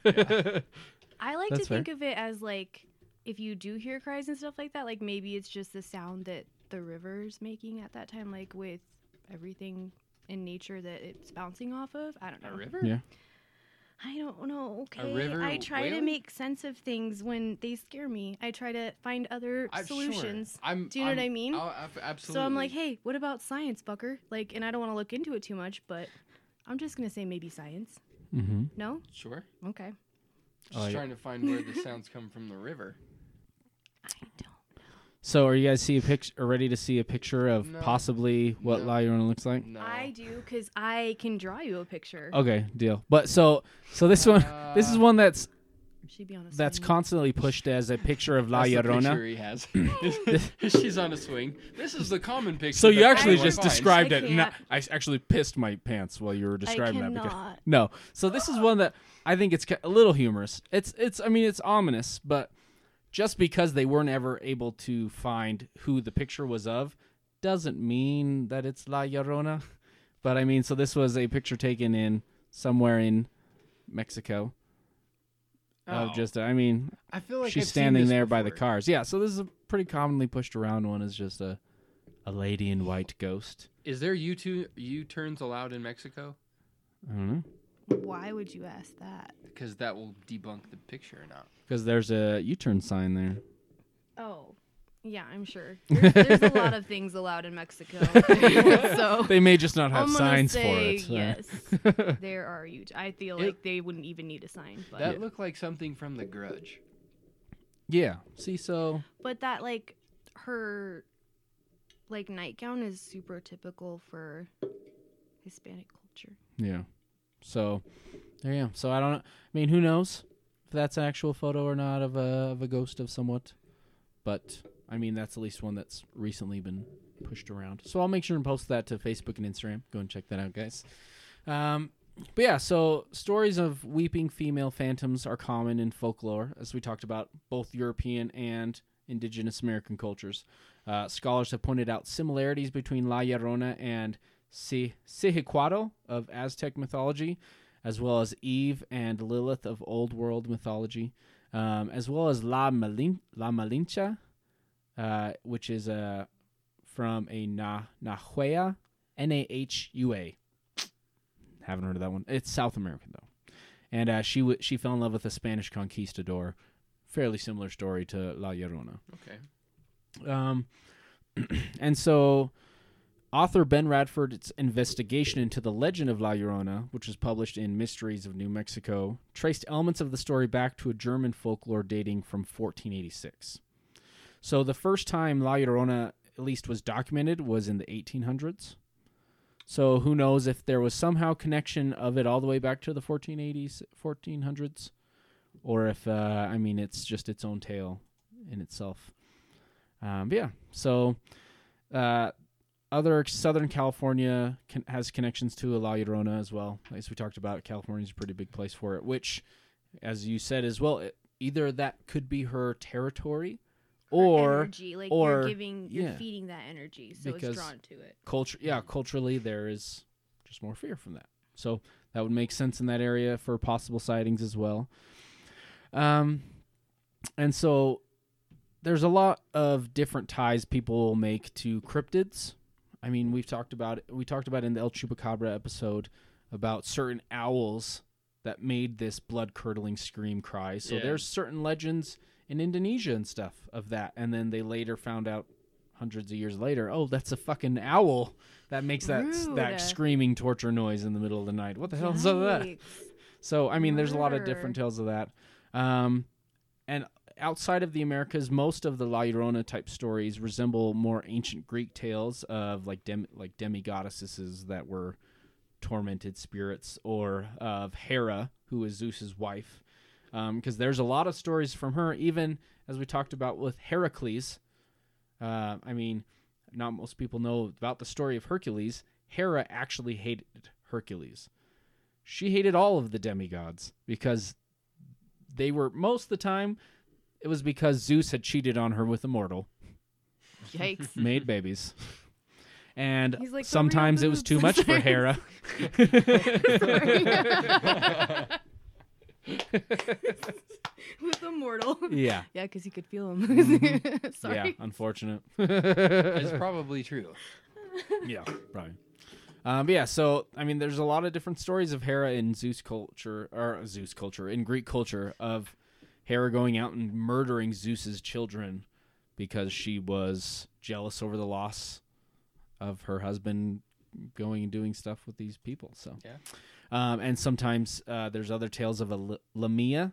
Speaker 6: I like
Speaker 5: That's
Speaker 6: to think of it as like if you do hear cries and stuff like that, like maybe it's just the sound that the river's making at that time, like with everything in nature that it's bouncing off of. I don't know.
Speaker 7: A river?
Speaker 5: Yeah.
Speaker 6: I don't know. Okay.
Speaker 7: river
Speaker 6: I try to
Speaker 7: wailing?
Speaker 6: make sense of things when they scare me. I try to find other
Speaker 7: I'm sure.
Speaker 6: solutions.
Speaker 7: I'm,
Speaker 6: Do you know what
Speaker 7: I'm-
Speaker 6: I mean?
Speaker 7: I'll- I've- absolutely.
Speaker 6: So I'm like, hey, what about science, fucker? Like, and I don't want to look into it too much, but I'm just gonna say maybe science.
Speaker 5: mm-hmm.
Speaker 6: No?
Speaker 7: sure.
Speaker 6: Okay.
Speaker 7: Just
Speaker 5: Oh, yeah.
Speaker 7: trying to find where the sounds come from the river.
Speaker 6: I don't.
Speaker 5: So are you guys see a picture or ready to see a picture of
Speaker 7: No.
Speaker 5: possibly what
Speaker 7: No.
Speaker 5: Liona looks like?
Speaker 7: No.
Speaker 6: I do because I can draw you a picture.
Speaker 5: Okay, deal. But so so this one
Speaker 7: Uh,
Speaker 5: this is one that's
Speaker 6: She'd be on a
Speaker 5: that's
Speaker 6: swing.
Speaker 5: constantly pushed as a picture of La
Speaker 7: That's the
Speaker 5: Llorona.
Speaker 7: picture he has. She's on a swing. This is the common picture.
Speaker 5: So you
Speaker 7: that
Speaker 5: actually
Speaker 7: everyone
Speaker 5: just
Speaker 7: finds.
Speaker 5: described
Speaker 6: I
Speaker 5: it. No,
Speaker 6: can't.
Speaker 5: I s- actually pissed my pants while you were describing that. Because,
Speaker 6: cannot.
Speaker 5: no. So this is one that I think it's ca- a little humorous. It's it's I mean it's ominous, but just because they weren't ever able to find who the picture was of doesn't mean that it's La Llorona. But I mean, so this was a picture taken in somewhere in Mexico.
Speaker 7: Oh.
Speaker 5: Of just I mean,
Speaker 7: I feel like
Speaker 5: she's
Speaker 7: I've seen
Speaker 5: standing
Speaker 7: this
Speaker 5: there by the
Speaker 7: before.
Speaker 5: cars. Yeah, so this is a pretty commonly pushed around one is just a a lady in white ghost.
Speaker 7: Is there U two U turns allowed in Mexico?
Speaker 5: I don't know.
Speaker 6: Why would you ask that?
Speaker 7: Because that will debunk the picture or not.
Speaker 5: Because there's a U turn sign there.
Speaker 6: Oh. Yeah, I'm sure. There's, there's a lot of things allowed in Mexico. so
Speaker 5: They may just not have
Speaker 6: I'm gonna
Speaker 5: signs
Speaker 6: say
Speaker 5: for it.
Speaker 6: Yes, there are huge. I feel
Speaker 7: It-
Speaker 6: like they wouldn't even need a sign, but
Speaker 7: That looked like something from The Grudge.
Speaker 5: yeah. See, so
Speaker 6: but that like her like nightgown is super typical for Hispanic culture.
Speaker 5: yeah, so there you go. So I don't. I mean, who knows if that's an actual photo or not of a of a ghost of somewhat, but I mean that's at least one that's recently been pushed around. So I'll make sure and post that to Facebook and Instagram. Go and check that out, guys. Um, but yeah, so stories of weeping female phantoms are common in folklore, as we talked about, both European and indigenous American cultures. Uh, scholars have pointed out similarities between La Llorona and Si- Sihiquato of Aztec mythology, as well as Eve and Lilith of Old World mythology, um, as well as La, Malin- La Malincha, uh, which is uh, from a Na- Nahuea, N A H U A. Haven't heard of that one. It's South American though, and uh, she w- she fell in love with a Spanish conquistador. Fairly similar story to La Llorona.
Speaker 7: Okay.
Speaker 5: Um, and so, author Ben Radford's investigation into the legend of La Llorona, which was published in Mysteries of New Mexico, traced elements of the story back to a German folklore dating from 1486. So, the first time La Llorona, at least, was documented was in the 1800s. So, who knows if there was somehow connection of it all the way back to the 1480s, 1400s, or if, uh, I mean, it's just its own tale in itself. Um, but yeah, so uh, other Southern California con- has connections to La Llorona as well. As we talked about, California's a pretty big place for it, which, as you said as well, it, either that could be her territory or
Speaker 6: energy, like
Speaker 5: or-
Speaker 6: you're giving, you're
Speaker 5: yeah.
Speaker 6: feeding that energy, so
Speaker 5: Because-
Speaker 6: it's drawn to it.
Speaker 5: culture yeah culturally there is just more fear from that so that would make sense in that area for possible sightings as well um and so there's a lot of different ties people will make to cryptids i mean we've talked about we talked about in the el chupacabra episode about certain owls that made this blood curdling scream cry so
Speaker 7: Yeah.
Speaker 5: there's certain legends in indonesia and stuff of that and then they later found out hundreds of years later, oh, that's a fucking owl that makes that that
Speaker 6: Rude.
Speaker 5: screaming torture noise in the middle of the night. What the hell is all that?
Speaker 6: Yikes.
Speaker 5: So I mean, there's a lot of different
Speaker 6: Murder.
Speaker 5: tales of that. Um, and outside of the Americas, most of the La Llorona type stories resemble more ancient Greek tales of like dem- like demigoddesses that were tormented spirits, or of Hera, who is Zeus's wife. Because there's a lot of stories from her, even as we talked about with Heracles. Uh, I mean, not most people know about the story of Hercules. Hera actually hated Hercules she hated all of the demigods because they were most of the time it was because Zeus had cheated on her with a mortal,
Speaker 6: Yikes.
Speaker 5: made babies. And
Speaker 6: He's like, "Cover your
Speaker 5: sometimes it was
Speaker 6: boobs."
Speaker 5: too much for Hera.
Speaker 6: With a mortal.
Speaker 5: yeah. Mm-hmm.
Speaker 6: Yeah, because you could feel him. Sorry.
Speaker 5: Yeah, unfortunate.
Speaker 7: It's probably true.
Speaker 5: yeah, probably. Um, but yeah, so I mean, there's a lot of different stories of Hera in Zeus culture or Zeus culture in Greek culture of Hera going out and murdering Zeus's children because she was jealous over the loss of her husband going and doing stuff with these people. So
Speaker 7: Yeah.
Speaker 5: um, and sometimes uh, there's other tales of a L- Lamia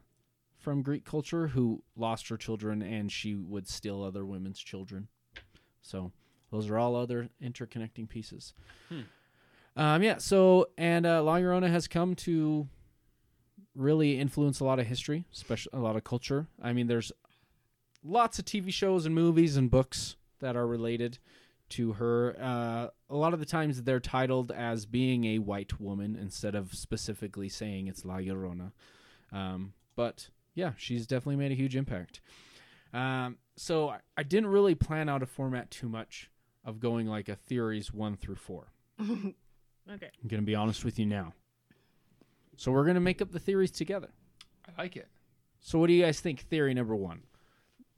Speaker 5: from Greek culture who lost her children and she would steal other women's children. So those are all other interconnecting pieces. Um, yeah. So and uh, La Llorona has come to really influence a lot of history, especially a lot of culture. I mean, there's lots of TV shows and movies and books that are related to her. Uh, a lot of the times they're titled as being a white woman instead of specifically saying it's La Llorona. Um, but yeah, she's definitely made a huge impact. Um, so I, I didn't really plan out a format too much of going like a theories one through four.
Speaker 6: Okay.
Speaker 5: I'm going to be honest with you now. So we're going to make up the theories together.
Speaker 7: I like it.
Speaker 5: So what do you guys think? Theory number one.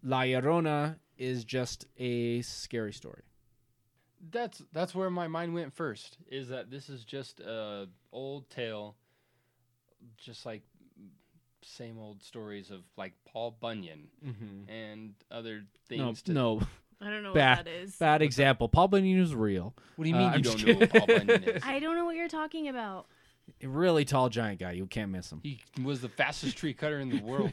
Speaker 5: La Llorona is just a scary story.
Speaker 7: That's that's where my mind went first. Is that this is just a old tale, just like same old stories of like Paul Bunyan
Speaker 5: Mm-hmm.
Speaker 7: and other
Speaker 5: No,
Speaker 7: things. to,
Speaker 5: no,
Speaker 6: I don't know what
Speaker 5: Bah.
Speaker 6: that is.
Speaker 5: Bad example. Paul Bunyan is real.
Speaker 7: What do you
Speaker 5: Uh,
Speaker 7: mean
Speaker 5: I'm
Speaker 7: you
Speaker 5: just
Speaker 7: don't know what Paul
Speaker 5: kidding.
Speaker 7: Bunyan is?
Speaker 6: I don't know what you're talking about.
Speaker 5: A really tall, giant guy. You can't miss him.
Speaker 7: He was the fastest tree cutter in the world.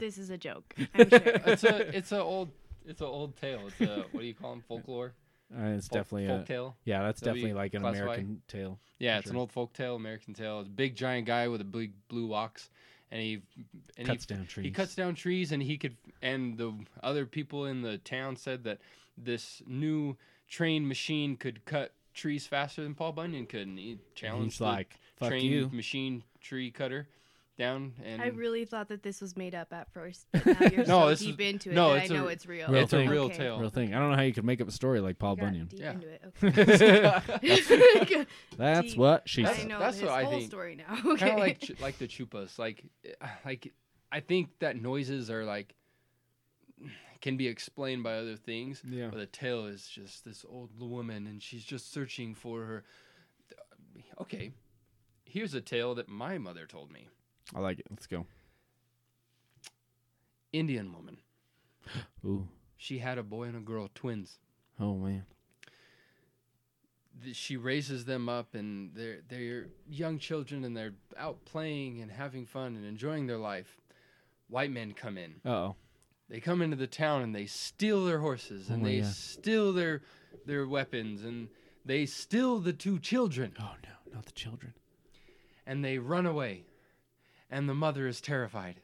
Speaker 6: This is a joke. I'm sure.
Speaker 7: it's a it's a old it's an old tale. It's a what do you call them? Folklore.
Speaker 5: Uh, it's
Speaker 7: Folk-
Speaker 5: definitely
Speaker 7: folk
Speaker 5: a,
Speaker 7: tale.
Speaker 5: yeah. That's
Speaker 7: That'd be
Speaker 5: definitely like an
Speaker 7: classified.
Speaker 5: American tale.
Speaker 7: Yeah, it's an
Speaker 5: sure.
Speaker 7: old folk tale, American tale. It's a big giant guy with a big blue ox, and he and
Speaker 5: Cuts
Speaker 7: he,
Speaker 5: down trees.
Speaker 7: He cuts down trees, and he could. And the other people in the town said that this new train machine could cut trees faster than Paul Bunyan could, and he
Speaker 5: And
Speaker 7: challenged
Speaker 5: he's
Speaker 7: the
Speaker 5: like, "Fuck
Speaker 7: train
Speaker 5: you."
Speaker 7: machine tree cutter down. And
Speaker 6: I really thought that this was made up at first. But now you're
Speaker 7: No,
Speaker 6: so
Speaker 7: this is-
Speaker 6: deep into it
Speaker 7: no,
Speaker 6: that I
Speaker 7: it's a
Speaker 6: know it's real.
Speaker 5: real
Speaker 7: it's a
Speaker 5: thing.
Speaker 7: real
Speaker 6: Okay.
Speaker 7: tale.
Speaker 5: Real thing. I don't know how you could make up a story like Paul
Speaker 6: Got
Speaker 5: Bunyan.
Speaker 6: deep
Speaker 7: Yeah.
Speaker 6: into it. Okay.
Speaker 5: That's
Speaker 6: Deep.
Speaker 5: what she
Speaker 6: I
Speaker 5: said.
Speaker 6: know
Speaker 7: that's
Speaker 6: his
Speaker 7: what I
Speaker 6: whole
Speaker 7: think.
Speaker 6: story now. Okay.
Speaker 7: kind of like ch- like the chupas like uh, like i think that noises are like can be explained by other things
Speaker 5: Yeah.
Speaker 7: but the tale is just this old woman and she's just searching for her okay here's a tale that my mother told me
Speaker 5: I like it. Let's go.
Speaker 7: indian woman
Speaker 5: Ooh.
Speaker 7: she had a boy and a girl twins
Speaker 5: Oh man.
Speaker 7: th- she raises them up and they're they're young children and they're out playing and having fun and enjoying their life white men come in
Speaker 5: Uh oh.
Speaker 7: they come into the town and they steal their horses and
Speaker 5: Oh,
Speaker 7: they
Speaker 5: yeah.
Speaker 7: steal their their weapons and they steal the two children
Speaker 5: Oh no, not the children.
Speaker 7: and they run away and the mother is terrified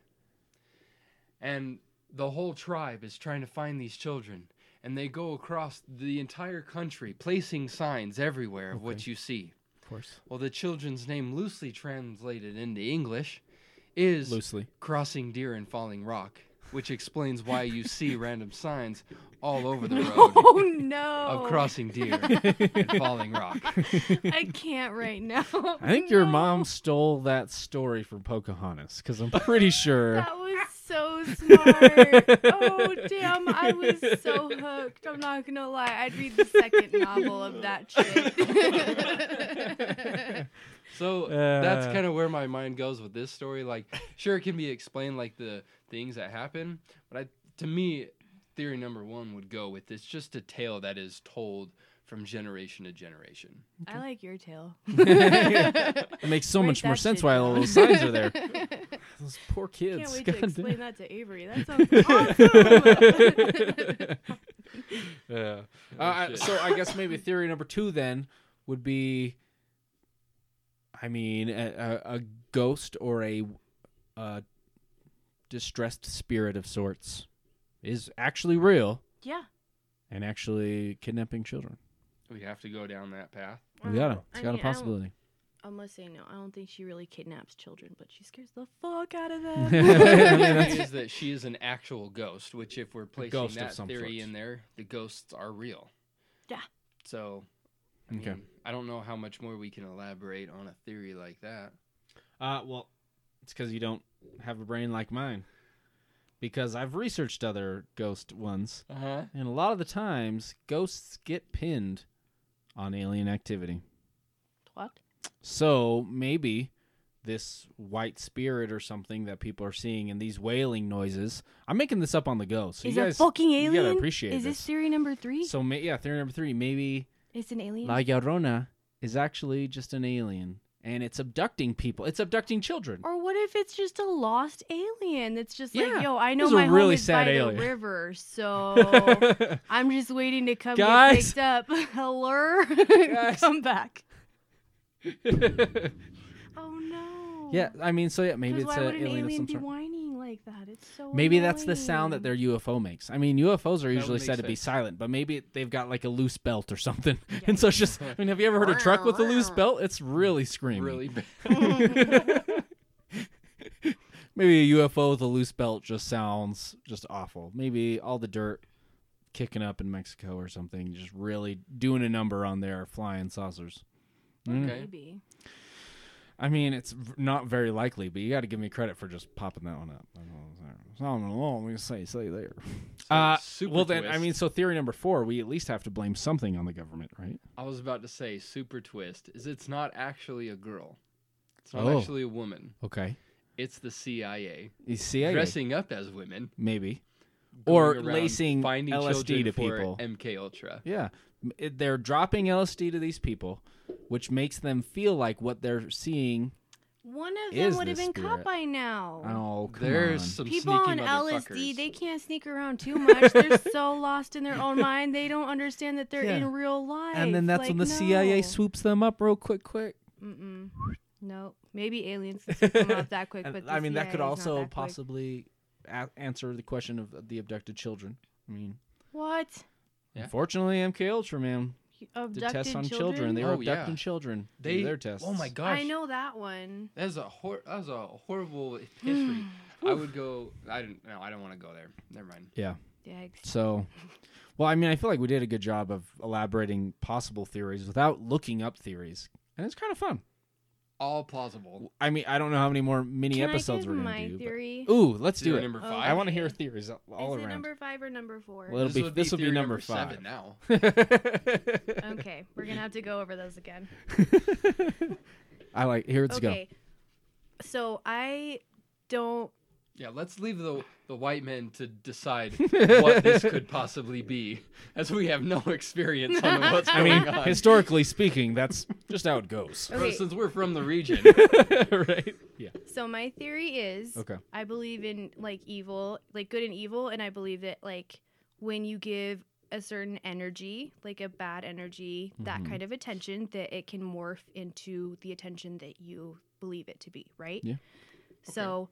Speaker 7: and the whole tribe is trying to find these children and they go across the entire country placing signs everywhere of what you see
Speaker 5: Of course.
Speaker 7: well the children's name loosely translated into english is
Speaker 5: Loosely.
Speaker 7: crossing deer and falling rock, which explains why you see random signs all over the road
Speaker 6: oh no!
Speaker 7: of crossing deer and falling rock.
Speaker 6: I can't right now.
Speaker 5: I think your
Speaker 6: No.
Speaker 5: mom stole that story from Pocahontas because I'm pretty sure.
Speaker 6: That was so smart. oh damn! I was so hooked. I'm not gonna lie. I'd read the second novel of that shit.
Speaker 7: So that's
Speaker 5: Uh.
Speaker 7: kind of where my mind goes with this story. Like, sure, it can be explained like the things that happen, but I, to me, theory number one would go with it's just a tale that is told from generation to generation.
Speaker 6: I like your tale.
Speaker 5: It makes so
Speaker 6: Write
Speaker 5: much more
Speaker 6: that
Speaker 5: sense
Speaker 6: shit
Speaker 5: why all
Speaker 6: down.
Speaker 5: those signs are there.
Speaker 6: Can't
Speaker 5: Those poor kids.
Speaker 6: wait
Speaker 5: God
Speaker 6: to
Speaker 5: damn.
Speaker 6: explain that to Avery. That sounds awesome.
Speaker 5: yeah.
Speaker 7: Oh,
Speaker 5: Uh, I-
Speaker 7: shit.
Speaker 5: so I guess maybe theory number two then would be, I mean, a, a, a ghost or a, a distressed spirit of sorts is actually real
Speaker 6: yeah.
Speaker 5: and actually kidnapping children.
Speaker 7: We have to go down that path.
Speaker 5: We got it.
Speaker 6: Um, I
Speaker 5: It's got a
Speaker 6: mean, I don't-
Speaker 5: possibility.
Speaker 6: I must say no. I don't think she really kidnaps children, but she scares the fuck out of
Speaker 5: I mean,
Speaker 7: The
Speaker 5: that's-
Speaker 6: them.
Speaker 7: theory is that she is an actual ghost, which if we're placing
Speaker 5: ghost of
Speaker 7: that
Speaker 5: some
Speaker 7: theory
Speaker 5: sort.
Speaker 7: in there, the ghosts are real.
Speaker 6: Yeah.
Speaker 7: So I
Speaker 5: Okay.
Speaker 7: mean, I don't know how much more we can elaborate on a theory like that.
Speaker 5: Uh, well, it's because you don't have a brain like mine. Because I've researched other ghost ones,
Speaker 7: Uh-huh.
Speaker 5: and a lot of the times ghosts get pinned on alien activity.
Speaker 6: what?
Speaker 5: So maybe this white spirit or something that people are seeing in these wailing noises. I'm making this up on the go, so
Speaker 6: is
Speaker 5: you guys
Speaker 6: a fucking
Speaker 5: you gotta
Speaker 6: alien?
Speaker 5: appreciate
Speaker 6: is this,
Speaker 5: this.
Speaker 6: theory number three?
Speaker 5: So ma- yeah, theory number three. Maybe
Speaker 6: it's an alien.
Speaker 5: La Llorona is actually just an alien, and it's abducting people. It's abducting children.
Speaker 6: or what if it's just a lost alien that's just
Speaker 5: Yeah.
Speaker 6: like, yo, I know
Speaker 5: This is a
Speaker 6: my home
Speaker 5: really
Speaker 6: is
Speaker 5: sad
Speaker 6: by
Speaker 5: alien.
Speaker 6: the river, so I'm just waiting to come
Speaker 5: Guys.
Speaker 6: get picked up. Hello,
Speaker 5: Guys.
Speaker 6: come back. Oh no.
Speaker 5: yeah, I mean, so yeah, maybe
Speaker 6: 'Cause
Speaker 5: it's
Speaker 6: why
Speaker 5: an
Speaker 6: would an
Speaker 5: alien,
Speaker 6: alien,
Speaker 5: of some
Speaker 6: be
Speaker 5: sort.
Speaker 6: whining like that? It's so.
Speaker 5: Maybe that's the sound that
Speaker 6: annoying.
Speaker 5: their UFO makes. I mean, UFOs are usually
Speaker 7: make
Speaker 5: said to be
Speaker 7: sense.
Speaker 5: silent, but maybe it- they've got like a loose belt or something. And so it's just, I mean, have you ever heard a truck with a loose belt? It's really screaming.
Speaker 7: Really bad.
Speaker 5: Maybe a UFO with a loose belt just sounds just awful. Maybe all the dirt kicking up in Mexico or something, just really doing a number on their flying saucers. Mm.
Speaker 7: Okay.
Speaker 6: Maybe.
Speaker 5: I mean, it's v- not very likely, but you got to give me credit for just popping that one up. I don't know. It's not alone. We say say there.
Speaker 7: So,
Speaker 5: Uh,
Speaker 7: super
Speaker 5: well, then I
Speaker 7: twist.
Speaker 5: mean, so theory number four, we at least have to blame something on the government, right?
Speaker 7: I was about to say super twist is it's not actually a girl. It's not
Speaker 5: Oh.
Speaker 7: actually a woman.
Speaker 5: Okay.
Speaker 7: It's the CIA
Speaker 5: You see, I
Speaker 7: dressing up as women
Speaker 5: maybe Or
Speaker 7: going around
Speaker 5: lacing
Speaker 7: finding
Speaker 5: LSD
Speaker 7: children
Speaker 5: to
Speaker 7: for
Speaker 5: people.
Speaker 7: MK Ultra.
Speaker 5: Yeah. M- it- They're dropping LSD to these people, which makes them feel like what they're seeing.
Speaker 6: One of
Speaker 5: Is
Speaker 6: them would have
Speaker 5: this
Speaker 6: been
Speaker 5: spirit?
Speaker 6: caught by now.
Speaker 5: Oh, come
Speaker 7: There's
Speaker 5: on.
Speaker 7: some
Speaker 6: People on
Speaker 7: sneaky
Speaker 6: LSD,
Speaker 7: motherfuckers.
Speaker 6: they can't sneak around too much. They're so lost in their own mind, they don't understand that they're
Speaker 5: Yeah.
Speaker 6: in real life.
Speaker 5: and then that's
Speaker 6: like,
Speaker 5: when the CIA
Speaker 6: no.
Speaker 5: swoops them up real quick, quick.
Speaker 6: Mm-mm. No, maybe aliens can come out that quick,
Speaker 5: And,
Speaker 6: but the
Speaker 5: I mean, that could
Speaker 6: CIA is not
Speaker 5: also
Speaker 6: that quick.
Speaker 5: possibly a- answer the question of the abducted children. I mean,
Speaker 6: What?
Speaker 7: Yeah.
Speaker 5: unfortunately, MK Ultra man
Speaker 6: You
Speaker 5: did
Speaker 6: Abducted
Speaker 5: tests on children.
Speaker 6: children?
Speaker 5: They were
Speaker 7: Oh, yeah.
Speaker 5: abducting children.
Speaker 7: They
Speaker 5: They their tests.
Speaker 7: Oh my gosh!
Speaker 6: I know that one.
Speaker 7: That is a hor- that was a horrible history. I would go. I don't. No, I don't want to go there. Never mind.
Speaker 6: Yikes.
Speaker 5: So, well, I mean, I feel like we did a good job of elaborating possible theories without looking up theories, and it's kind of fun.
Speaker 7: All plausible.
Speaker 5: I mean, I don't know how many more mini
Speaker 6: Can
Speaker 5: episodes
Speaker 6: I give
Speaker 5: we're
Speaker 6: my
Speaker 5: gonna do. but-
Speaker 6: theory?
Speaker 5: Ooh, let's do
Speaker 7: Theory
Speaker 5: it.
Speaker 7: number
Speaker 6: Oh,
Speaker 7: five.
Speaker 5: I want to hear
Speaker 6: Okay.
Speaker 5: theories all, all
Speaker 6: Is it
Speaker 5: around.
Speaker 6: number five or number four?
Speaker 5: Well, it'll
Speaker 7: This
Speaker 5: be
Speaker 7: would
Speaker 5: this will be
Speaker 7: theory
Speaker 5: number,
Speaker 7: seven
Speaker 5: five.
Speaker 7: now.
Speaker 6: okay, we're gonna have to go over those again.
Speaker 5: I like. Here, let's
Speaker 6: okay. So I don't.
Speaker 7: Yeah, let's leave the the white men to decide what this could possibly be, as we have no experience on what's
Speaker 5: go. I
Speaker 7: going
Speaker 6: Oh
Speaker 5: mean,
Speaker 7: on.
Speaker 5: historically speaking, that's just how it goes.
Speaker 7: Or
Speaker 6: Okay.
Speaker 7: Since we're from the region,
Speaker 5: right? Yeah.
Speaker 6: So my theory is.
Speaker 5: Okay.
Speaker 6: I believe in like evil, like good and evil, and I believe that like when you give a certain energy, like a bad energy, that
Speaker 5: Mhm.
Speaker 6: kind of attention, that it can morph into the attention that you believe it to be, right?
Speaker 5: Yeah.
Speaker 6: So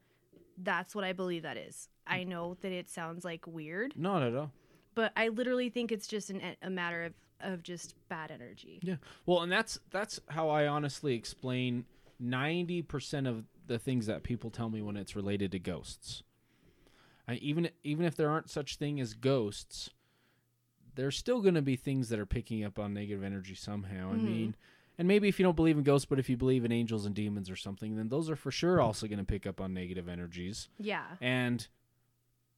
Speaker 6: that's what I believe that is.
Speaker 5: Mm.
Speaker 6: I know that it sounds like weird,
Speaker 5: Not at all.
Speaker 6: but I literally think it's just an, a matter of of just bad energy.
Speaker 5: Yeah. Well, and that's that's how I honestly explain ninety percent of the things that people tell me when it's related to ghosts. I, even even if there aren't such thing as ghosts, there's still going to be things that are picking up on negative energy somehow. I
Speaker 6: Mhm.
Speaker 5: mean, and maybe if you don't believe in ghosts, but if you believe in angels and demons or something, then those are for sure also going to pick up on negative energies.
Speaker 6: Yeah.
Speaker 5: And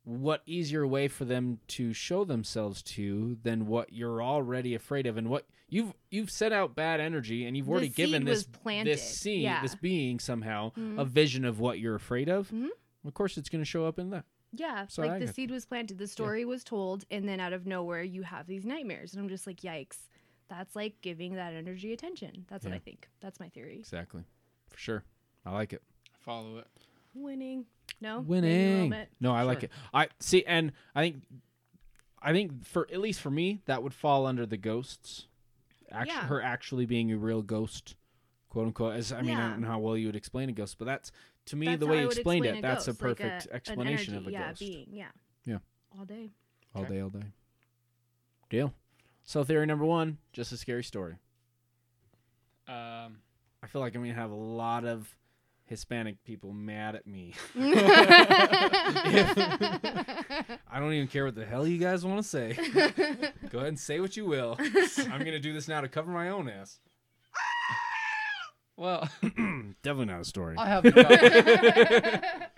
Speaker 5: what easier way for them to show themselves to than what you're already afraid of and what you've you've set out bad energy and you've
Speaker 6: The
Speaker 5: already given
Speaker 6: seed
Speaker 5: this
Speaker 6: was planted.
Speaker 5: this scene
Speaker 6: Yeah.
Speaker 5: this being somehow
Speaker 6: Mhm.
Speaker 5: a vision of what you're afraid of.
Speaker 6: Mhm.
Speaker 5: Of course it's going to show up in that.
Speaker 6: Yeah,
Speaker 5: So I
Speaker 6: like the
Speaker 5: got-
Speaker 6: seed was planted, the story was told, and then out of nowhere you have these nightmares, and I'm just like, yikes. That's like giving that energy attention. That's
Speaker 5: Yeah.
Speaker 6: what I think. That's my theory.
Speaker 5: Exactly. For sure. I like it.
Speaker 7: follow it.
Speaker 6: Winning. No. Oh, Maybe a little
Speaker 5: Winning.
Speaker 6: bit.
Speaker 5: No, I like
Speaker 7: Sure.
Speaker 5: it. I see and I think I think for at least for me that would fall under the ghosts. Actu-
Speaker 6: Yeah.
Speaker 5: her actually being a real ghost, quote unquote. As I mean, I
Speaker 6: Yeah.
Speaker 5: don't know how well you would explain a ghost, but that's to me
Speaker 6: That's
Speaker 5: the
Speaker 6: how
Speaker 5: way
Speaker 6: I
Speaker 5: you
Speaker 6: would
Speaker 5: explained
Speaker 6: explain
Speaker 5: it. That's a
Speaker 6: ghost, like
Speaker 5: perfect
Speaker 6: an
Speaker 5: explanation
Speaker 6: energy,
Speaker 5: of a
Speaker 6: yeah,
Speaker 5: ghost.
Speaker 6: Being, yeah.
Speaker 5: Yeah.
Speaker 6: All day.
Speaker 5: All
Speaker 7: Okay.
Speaker 5: day, all day. Deal. So theory number one, just a scary story.
Speaker 7: Um,
Speaker 5: I feel like I'm gonna have a lot of Hispanic people mad at me. I don't even care what the hell you guys want to say. Go ahead and say what you will. I'm gonna do this now to cover my own ass.
Speaker 7: well,
Speaker 5: Definitely not a story.
Speaker 7: I'll have a con-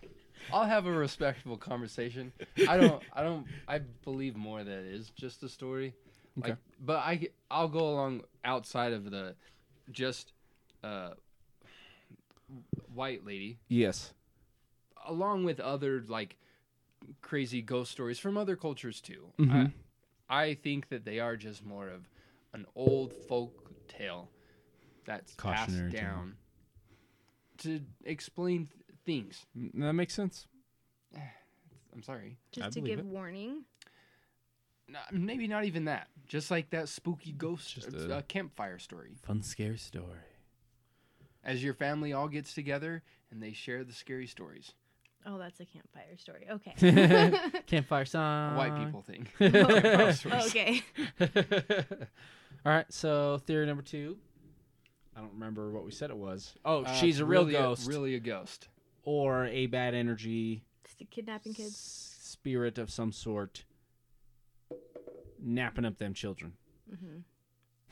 Speaker 7: I'll have a respectful conversation. I don't. I don't. I believe more that it is just a story. Like,
Speaker 5: Okay.
Speaker 7: but I I'll go along outside of the just uh, white lady
Speaker 5: yes.
Speaker 7: along with other like crazy ghost stories from other cultures too.
Speaker 5: Mhm.
Speaker 7: I, I think that they are just more of an old folk tale that's
Speaker 5: Cautionary
Speaker 7: passed
Speaker 5: tale.
Speaker 7: down to explain th- things.
Speaker 5: Mm, That makes sense.
Speaker 7: I'm sorry.
Speaker 6: Just
Speaker 5: I
Speaker 6: to
Speaker 5: believe
Speaker 6: give
Speaker 5: it.
Speaker 6: warning.
Speaker 7: No, maybe not even that. Just like that spooky ghost
Speaker 5: Just
Speaker 7: uh,
Speaker 5: a-
Speaker 7: uh, campfire story.
Speaker 5: Fun, scary story.
Speaker 7: As your family all gets together and they share the scary stories.
Speaker 6: Oh, that's a campfire story. Okay.
Speaker 5: Campfire song.
Speaker 7: White people thing. Campfire
Speaker 5: All
Speaker 7: stories.
Speaker 6: okay.
Speaker 5: right. So theory number two. I don't remember what we said it was. Oh,
Speaker 7: Uh,
Speaker 5: she's a real
Speaker 7: really
Speaker 5: ghost
Speaker 7: really a ghost.
Speaker 5: or a bad energy
Speaker 6: Just kidnapping kids.
Speaker 5: s- spirit of some sort napping up them children.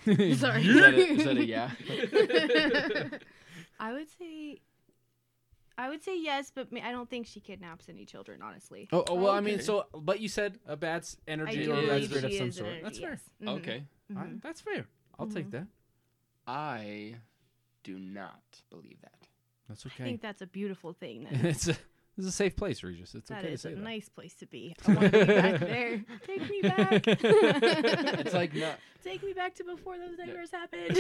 Speaker 6: Sorry.
Speaker 7: Is that a, is that a yeah?
Speaker 6: I would say, I would say yes, but ma- I don't think she kidnaps any children. Honestly,
Speaker 5: Oh, oh well, I mean,
Speaker 7: Okay.
Speaker 5: so but you said a bad s-
Speaker 6: I
Speaker 5: energy
Speaker 6: do
Speaker 5: or a bad
Speaker 6: believe
Speaker 7: is
Speaker 5: spirit of
Speaker 6: she
Speaker 5: some
Speaker 6: is an
Speaker 5: sort.
Speaker 6: energy.
Speaker 5: That's fair.
Speaker 6: yes. Mhm.
Speaker 7: Okay.
Speaker 5: I-
Speaker 6: Mhm.
Speaker 5: that's fair. I'll take that.
Speaker 7: I do not believe that.
Speaker 5: That's
Speaker 6: I
Speaker 5: okay.
Speaker 6: think that's a beautiful thing. Then.
Speaker 5: it's a, This is a safe place, Regis. It's
Speaker 6: That
Speaker 5: okay to
Speaker 6: is
Speaker 5: say
Speaker 6: a
Speaker 5: that.
Speaker 6: nice place to be. I want to be back there. Take me back.
Speaker 7: It's like not.
Speaker 6: Take me back to before those nightmares happened.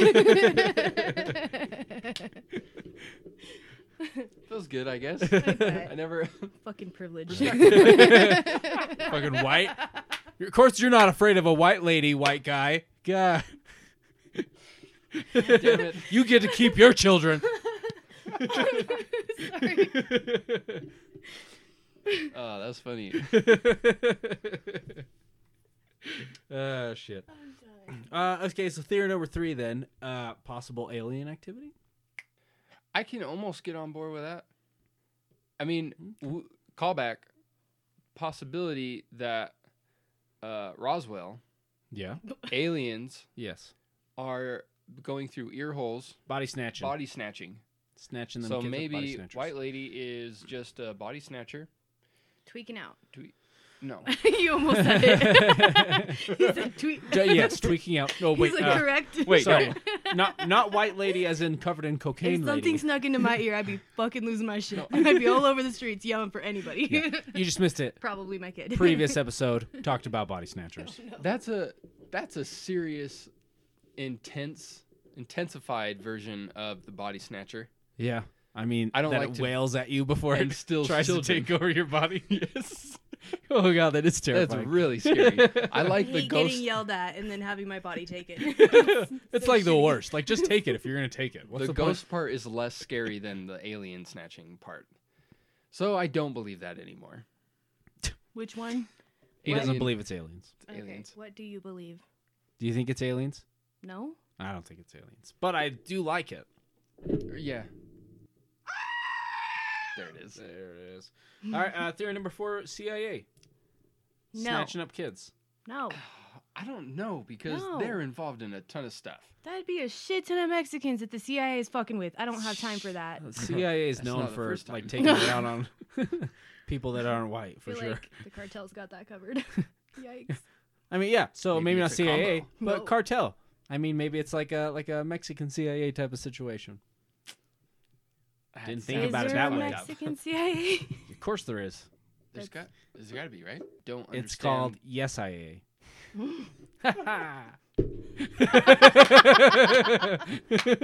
Speaker 7: Feels good, I guess.
Speaker 6: Like
Speaker 7: I
Speaker 6: that.
Speaker 7: never.
Speaker 6: Fucking privilege.
Speaker 5: Fucking white. Of course, you're not afraid of a white lady, white guy. God.
Speaker 7: Damn it.
Speaker 5: You get to keep your children.
Speaker 6: Sorry.
Speaker 7: Oh, that's funny.
Speaker 5: Ah, shit. Uh, okay, so theory number three then. Uh, possible alien activity?
Speaker 7: I can almost get on board with that. I mean,
Speaker 5: Hmm?
Speaker 7: w- callback possibility that uh, Roswell
Speaker 5: Yeah.
Speaker 7: aliens
Speaker 5: Yes.
Speaker 7: are going through ear holes,
Speaker 5: Body snatching.
Speaker 7: body snatching.
Speaker 5: Snatching them
Speaker 7: So
Speaker 5: kids with body
Speaker 7: maybe
Speaker 5: snatchers.
Speaker 7: White Lady is just a body snatcher.
Speaker 6: Tweaking out.
Speaker 7: No,
Speaker 6: you almost said it. he said tweet.
Speaker 5: D- yes, tweaking out. No, wait.
Speaker 6: He's like,
Speaker 5: uh,
Speaker 6: correct.
Speaker 5: wait,
Speaker 6: Sorry.
Speaker 5: no. Not not white lady as in covered in
Speaker 6: If
Speaker 5: cocaine
Speaker 6: something
Speaker 5: lady.
Speaker 6: snuck into my ear, I'd be fucking losing my shit. I'd be all over the streets yelling for anybody.
Speaker 5: You just missed it.
Speaker 6: Probably my kid.
Speaker 5: Previous episode talked about body snatchers.
Speaker 7: that's a that's a serious, intense, intensified version of the body snatcher.
Speaker 5: Yeah. I mean,
Speaker 7: I don't
Speaker 5: that
Speaker 7: like
Speaker 5: it
Speaker 7: to-
Speaker 5: wails at you before
Speaker 7: and
Speaker 5: it
Speaker 7: steals
Speaker 5: tries to
Speaker 7: children.
Speaker 5: take over your body. yes. Oh god, that is
Speaker 7: That's
Speaker 5: terrifying.
Speaker 7: really scary. I
Speaker 6: I
Speaker 7: like the
Speaker 6: hate
Speaker 7: ghost.
Speaker 6: getting yelled at and then having my body taken.
Speaker 5: it's
Speaker 6: So
Speaker 5: like the
Speaker 6: shitty.
Speaker 5: worst. Like just take it if you're gonna take it. What's
Speaker 7: the,
Speaker 5: the, point?
Speaker 7: ghost part is less scary than the alien snatching part. So I don't believe that anymore.
Speaker 6: Which one?
Speaker 5: He doesn't
Speaker 7: Alien-
Speaker 5: believe it's aliens.
Speaker 7: aliens.
Speaker 6: What do you believe?
Speaker 5: Do you think it's aliens?
Speaker 6: No.
Speaker 5: I don't think it's aliens, but I do like it.
Speaker 7: Yeah. There it is.
Speaker 5: There it is. All right, uh, theory number four: CIA
Speaker 6: No.
Speaker 5: snatching up kids.
Speaker 6: No.
Speaker 7: I don't know because
Speaker 6: No.
Speaker 7: they're involved in a ton of stuff.
Speaker 6: That'd be a shit ton of Mexicans that the CIA is fucking with. I don't have time for that.
Speaker 5: The CIA is
Speaker 7: That's
Speaker 5: known
Speaker 7: not the
Speaker 5: for
Speaker 7: first
Speaker 5: like
Speaker 7: time.
Speaker 5: taking down on people that aren't white, for
Speaker 6: I feel
Speaker 5: sure.
Speaker 6: like the cartel's got that covered. Yikes.
Speaker 5: I mean, yeah. So maybe,
Speaker 7: Maybe
Speaker 5: not
Speaker 7: it's a
Speaker 5: CIA,
Speaker 7: combo.
Speaker 5: but
Speaker 6: No.
Speaker 5: cartel. I mean, maybe it's like a like a Mexican CIA type of situation. Didn't think
Speaker 6: is
Speaker 5: about it
Speaker 6: there
Speaker 5: that
Speaker 6: a
Speaker 5: way.
Speaker 6: Mexican CIA?
Speaker 5: Of course, there is.
Speaker 7: There's got, there's got to be, right? Don't understand.
Speaker 5: It's called Yes IA. Ah,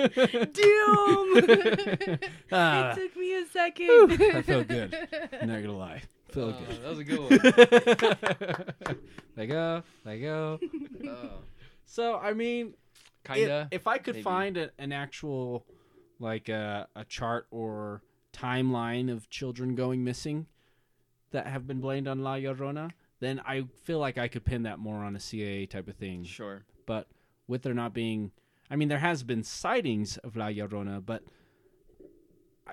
Speaker 6: Doom.
Speaker 5: Ah,
Speaker 6: it took me a second.
Speaker 5: I feel good. Not gonna lie,
Speaker 7: Oh,
Speaker 5: feel good.
Speaker 7: that was a good one.
Speaker 5: Let go, let go.
Speaker 7: Oh,
Speaker 5: So I mean, i-
Speaker 7: kinda.
Speaker 5: if I could
Speaker 7: maybe.
Speaker 5: find a, an actual, like uh, a chart or timeline of children going missing that have been blamed on La Llorona, then I feel like I could pin that more on a CIA type of thing.
Speaker 7: sure.
Speaker 5: but with there not being i mean there has been sightings of la llorona but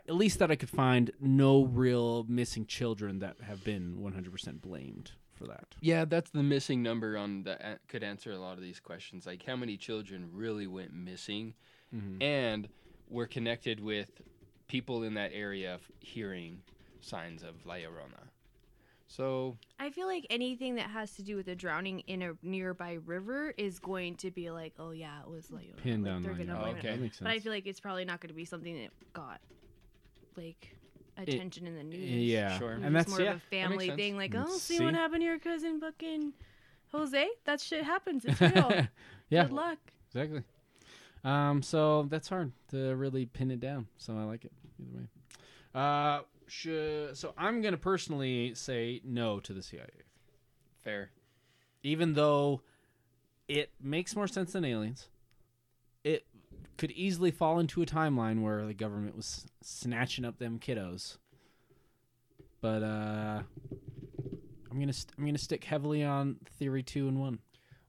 Speaker 5: at least that i could find no real missing children that have been 100% blamed for that
Speaker 7: Yeah, that's the missing number on that a- could answer a lot of these questions. Like how many children really went missing Mm-hmm. and were connected with people in that area f- hearing signs of La Llorona. So,
Speaker 6: I feel like anything that has to do with a drowning in a nearby river is going to be like, oh yeah, it was like
Speaker 5: Pin
Speaker 6: like,
Speaker 5: down
Speaker 6: they're
Speaker 5: La
Speaker 6: gonna
Speaker 5: Llorona.
Speaker 6: blame it.
Speaker 7: Okay.
Speaker 5: that makes sense
Speaker 6: But I feel like it's probably not going to be something that got like attention in the news.
Speaker 5: yeah
Speaker 7: Sure.
Speaker 6: and
Speaker 5: and that's
Speaker 6: more
Speaker 5: yeah
Speaker 6: of a family
Speaker 7: sense.
Speaker 6: thing. Like,
Speaker 5: Mm,
Speaker 6: oh, see, what
Speaker 5: see?
Speaker 6: happened to your cousin, fucking Jose? That shit happens. It's real.
Speaker 5: yeah
Speaker 6: Good luck.
Speaker 5: exactly um so that's hard to really pin it down so i like it either way uh should, so i'm gonna personally say no to the cia
Speaker 7: fair.
Speaker 5: even though it makes more sense than aliens it could easily fall into a timeline where the government was snatching up them kiddos but uh i'm gonna st- i'm gonna stick heavily on theory two and one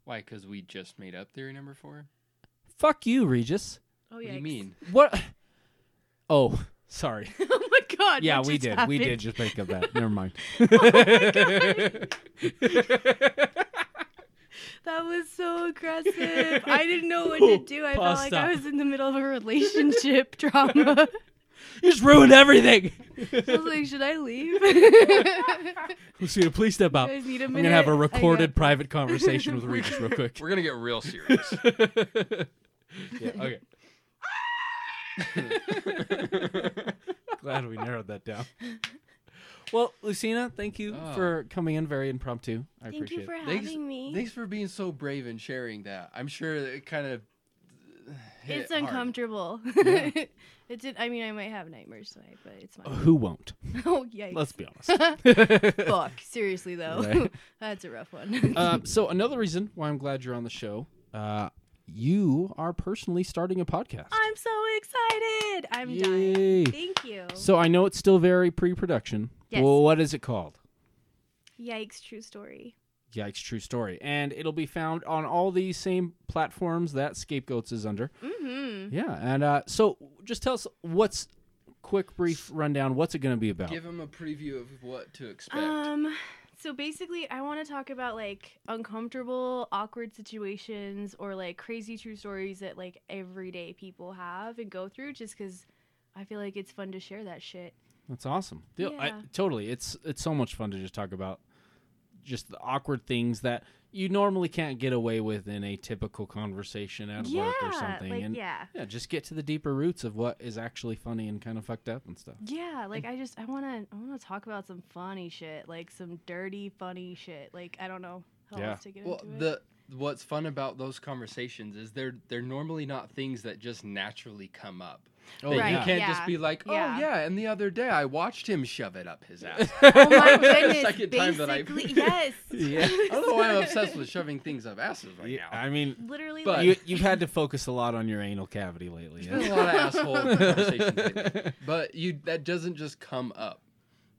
Speaker 7: Why? Because we just made up theory number four?
Speaker 5: fuck you regis
Speaker 6: Oh
Speaker 7: What
Speaker 6: yeah.
Speaker 7: do you mean?
Speaker 5: what oh sorry
Speaker 6: oh my god.
Speaker 5: yeah
Speaker 6: what
Speaker 5: we
Speaker 6: just
Speaker 5: did we did
Speaker 6: happened?
Speaker 5: just make up that never mind
Speaker 6: That was so aggressive. I didn't know what to do. I felt like I
Speaker 5: Pasta.
Speaker 6: was in the middle of a relationship drama.
Speaker 5: you just ruined everything
Speaker 6: I was like, should I leave? you
Speaker 5: Lucina, please step up
Speaker 6: guys need a
Speaker 5: i'm
Speaker 6: minute.
Speaker 5: gonna have a
Speaker 6: I got-
Speaker 5: recorded private conversation with regis real quick
Speaker 7: We're going to get real serious.
Speaker 5: yeah, okay. Glad we narrowed that down. Well, Lucina, thank you
Speaker 7: Oh.
Speaker 5: for coming in very impromptu. I
Speaker 6: Thank
Speaker 5: appreciate
Speaker 6: you for
Speaker 5: it.
Speaker 6: having
Speaker 7: Thanks-
Speaker 6: me.
Speaker 7: Thanks for being so brave and sharing that. I'm sure that it kind of. hit
Speaker 6: it's
Speaker 7: hard.
Speaker 6: uncomfortable. it did. I mean, I might have nightmares tonight, but it's fine.
Speaker 5: Who won't?
Speaker 6: oh yikes!
Speaker 5: Let's be honest.
Speaker 6: Fuck. Seriously though,
Speaker 5: Right.
Speaker 6: that's a rough one.
Speaker 5: uh, so another reason why I'm glad you're on the show, uh, you are personally starting a podcast.
Speaker 6: I'm so excited. I'm dying.
Speaker 5: Yay.
Speaker 6: Thank you.
Speaker 5: So I know it's still very pre-production.
Speaker 6: Yes.
Speaker 5: Well, what is it called?
Speaker 6: Yikes! True story.
Speaker 5: Yikes! True story, and it'll be found on all the same platforms that Scapegoats is under.
Speaker 6: Mm-hmm.
Speaker 5: Yeah, and uh, so just tell us what's quick, brief rundown. What's it going to be about?
Speaker 7: Give him a preview of what to expect.
Speaker 6: Um. So basically, I want to talk about like uncomfortable, awkward situations or like crazy true stories that like everyday people have and go through. Just because I feel like it's fun to share that shit.
Speaker 5: That's awesome. Yeah, I-
Speaker 6: Yeah.
Speaker 5: totally. It's it's so much fun to just talk about just the awkward things that you normally can't get away with in a typical conversation at
Speaker 6: yeah.
Speaker 5: work or something.
Speaker 6: Like
Speaker 5: and
Speaker 6: yeah.
Speaker 5: yeah, just get to the deeper roots of what is actually funny and kind of fucked up and stuff.
Speaker 6: Yeah, like I just I want to I want to talk about some funny shit, like some dirty funny shit. Like I don't know how
Speaker 5: Yeah.
Speaker 6: else to get
Speaker 7: well,
Speaker 6: into it.
Speaker 7: the what's fun about those conversations is they're they're normally not things that just naturally come up.
Speaker 5: Oh,
Speaker 7: That You
Speaker 5: yeah.
Speaker 7: can't
Speaker 6: yeah,
Speaker 7: just be like, oh
Speaker 6: yeah.
Speaker 7: yeah. And the other day, I watched him shove it up his ass.
Speaker 6: Oh my
Speaker 7: The
Speaker 6: goodness!
Speaker 7: second time that I-
Speaker 6: basically, yes.
Speaker 5: Yeah.
Speaker 7: I don't know why I'm obsessed with shoving things up asses right now.
Speaker 5: I mean,
Speaker 6: Literally,
Speaker 7: But-
Speaker 5: you,
Speaker 6: like,
Speaker 5: you've had to focus a lot on your anal cavity lately.
Speaker 7: There's
Speaker 5: yeah?
Speaker 7: been a lot of asshole conversations lately. But you that doesn't just come up.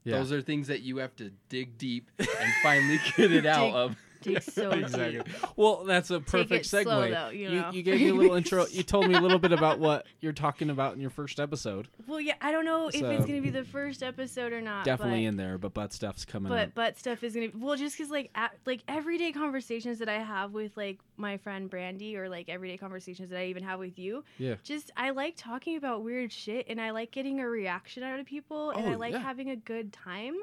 Speaker 5: Yeah.
Speaker 7: Those are things that you have to dig deep and finally get it out
Speaker 6: Dig-
Speaker 7: of.
Speaker 6: takes so
Speaker 5: exactly.
Speaker 6: deep.
Speaker 5: Well, that's a
Speaker 6: Take
Speaker 5: perfect
Speaker 6: it slow,
Speaker 5: segue.
Speaker 6: though, you know.
Speaker 5: you gave me a little intro. You told me a little bit about what you're talking about in your first episode.
Speaker 6: Well, yeah, I don't know if
Speaker 5: So-
Speaker 6: it's gonna be the first episode or not.
Speaker 5: Definitely
Speaker 6: but...
Speaker 5: in there, but butt stuff's coming up.
Speaker 6: but but stuff is gonna well just because like at, like everyday conversations that i have with like my friend brandy or like everyday conversations that i even have with you
Speaker 5: Yeah.
Speaker 6: just i like talking about weird shit and i like getting a reaction out of people and
Speaker 5: Oh,
Speaker 6: i like
Speaker 5: yeah.
Speaker 6: having a good time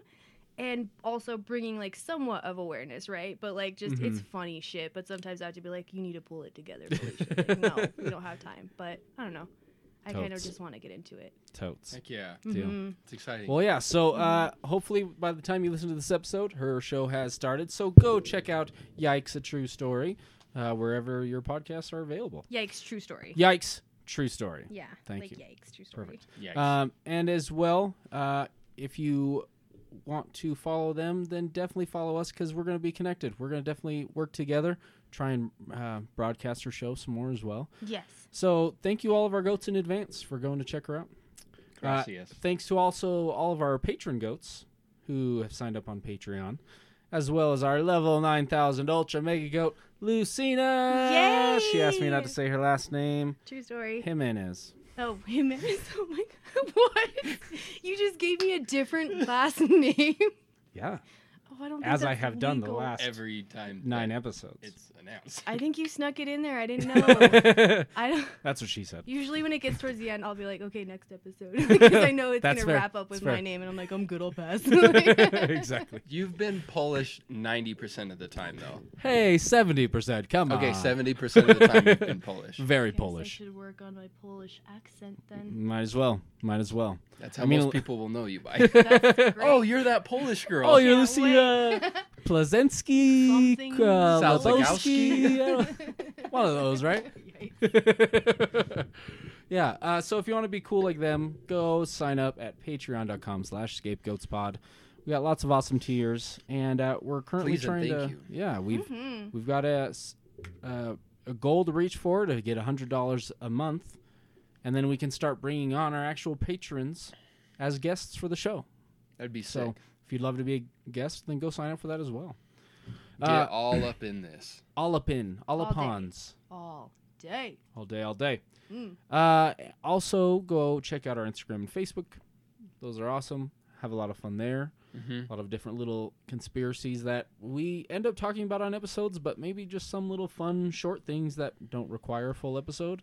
Speaker 6: and also bringing like somewhat of awareness right but like just it's
Speaker 5: Mm-hmm.
Speaker 6: funny shit but sometimes i have to be like you need to pull it together Felicia." like, no we don't have time but i don't know i kind of
Speaker 5: Totes.
Speaker 6: just want to get into it
Speaker 5: Totes.
Speaker 7: Heck yeah.
Speaker 5: Deal.
Speaker 6: Mhm.
Speaker 7: It's exciting.
Speaker 5: Well, yeah. So
Speaker 6: Mm-hmm.
Speaker 5: uh, hopefully, by the time you listen to this episode, her show has started. So go check out "Yikes: A True Story" uh, wherever your podcasts are available.
Speaker 6: yikes true story
Speaker 5: Yikes! True story.
Speaker 6: yeah
Speaker 5: Thank
Speaker 6: like
Speaker 5: you.
Speaker 6: yikes true story
Speaker 5: Perfect.
Speaker 7: Yikes.
Speaker 5: Um, and as well, uh, if you want to follow them, then definitely follow us because we're going to be connected. We're going to definitely work together. Try and uh, broadcast her show some more as well.
Speaker 6: yes
Speaker 5: So thank you all of our goats in advance for going to check her out. Uh,
Speaker 7: Gracias.
Speaker 5: thanks to also all of our patron goats who have signed up on Patreon, as well as our level 9000 ultra mega goat, Lucina.
Speaker 6: Yay!
Speaker 5: She asked me not to say her last name.
Speaker 6: true story
Speaker 5: Jimenez.
Speaker 6: Oh, Jimenez. Oh my god. What? You just gave me a different last name.
Speaker 5: Yeah.
Speaker 6: Oh, I don't think
Speaker 5: As I
Speaker 6: that's
Speaker 5: have done the
Speaker 6: legal.
Speaker 5: last
Speaker 7: Every time
Speaker 5: nine
Speaker 7: that
Speaker 5: episodes.
Speaker 7: it's announced.
Speaker 6: I think you snuck it in there. I didn't know. I don't
Speaker 5: That's what she said.
Speaker 6: usually when it gets towards the end, I'll be like, okay, next episode. because I know it's
Speaker 5: That's
Speaker 6: gonna
Speaker 5: fair.
Speaker 6: wrap up
Speaker 5: That's
Speaker 6: with
Speaker 5: fair.
Speaker 6: my name and I'm like, I'm good, I'll pass.
Speaker 5: exactly.
Speaker 7: You've been Polish 90% of the time, though.
Speaker 5: Hey, 70%. Come on.
Speaker 7: Okay, 70% of the time you've been Polish.
Speaker 5: Very
Speaker 6: Guess I
Speaker 5: Polish.
Speaker 6: should work on my Polish accent then.
Speaker 5: Might as well. Might as well.
Speaker 7: That's how
Speaker 5: I mean,
Speaker 7: most
Speaker 5: l-
Speaker 7: people will know you by.
Speaker 5: Mm.
Speaker 6: That's great.
Speaker 7: oh, you're that Polish girl.
Speaker 5: Oh, you're
Speaker 6: wait.
Speaker 5: Lucia Plazensky,
Speaker 6: Something-
Speaker 5: uh,
Speaker 7: Salzagowski.
Speaker 5: Lebowski. One of those, right?
Speaker 6: Yikes.
Speaker 5: yeah. Uh, so if you want to be cool like them, go sign up at patreon.com slash scapegoatspod. We got lots of awesome tiers, and uh, we're currently
Speaker 7: Please and
Speaker 5: trying
Speaker 7: thank
Speaker 5: to.
Speaker 7: you.
Speaker 5: Yeah, we've
Speaker 6: Mhm.
Speaker 5: we've got a, s- uh, a goal to reach for to get hundred dollars a month, and then we can start bringing on our actual patrons as guests for the show.
Speaker 7: That'd be
Speaker 5: So
Speaker 7: sick.
Speaker 5: if you'd love to be a guest, then go sign up for that as well.
Speaker 7: Get
Speaker 5: Uh,
Speaker 7: all up in this.
Speaker 5: all up in, all,
Speaker 6: All day.
Speaker 5: upons.
Speaker 6: All day.
Speaker 5: All day, all day.
Speaker 6: Mm.
Speaker 5: Uh, also, go check out our Instagram and Facebook. Those are awesome. Have a lot of fun there. A lot of different little conspiracies that we end up talking about on episodes, but maybe just some little fun, short things that don't require a full episode.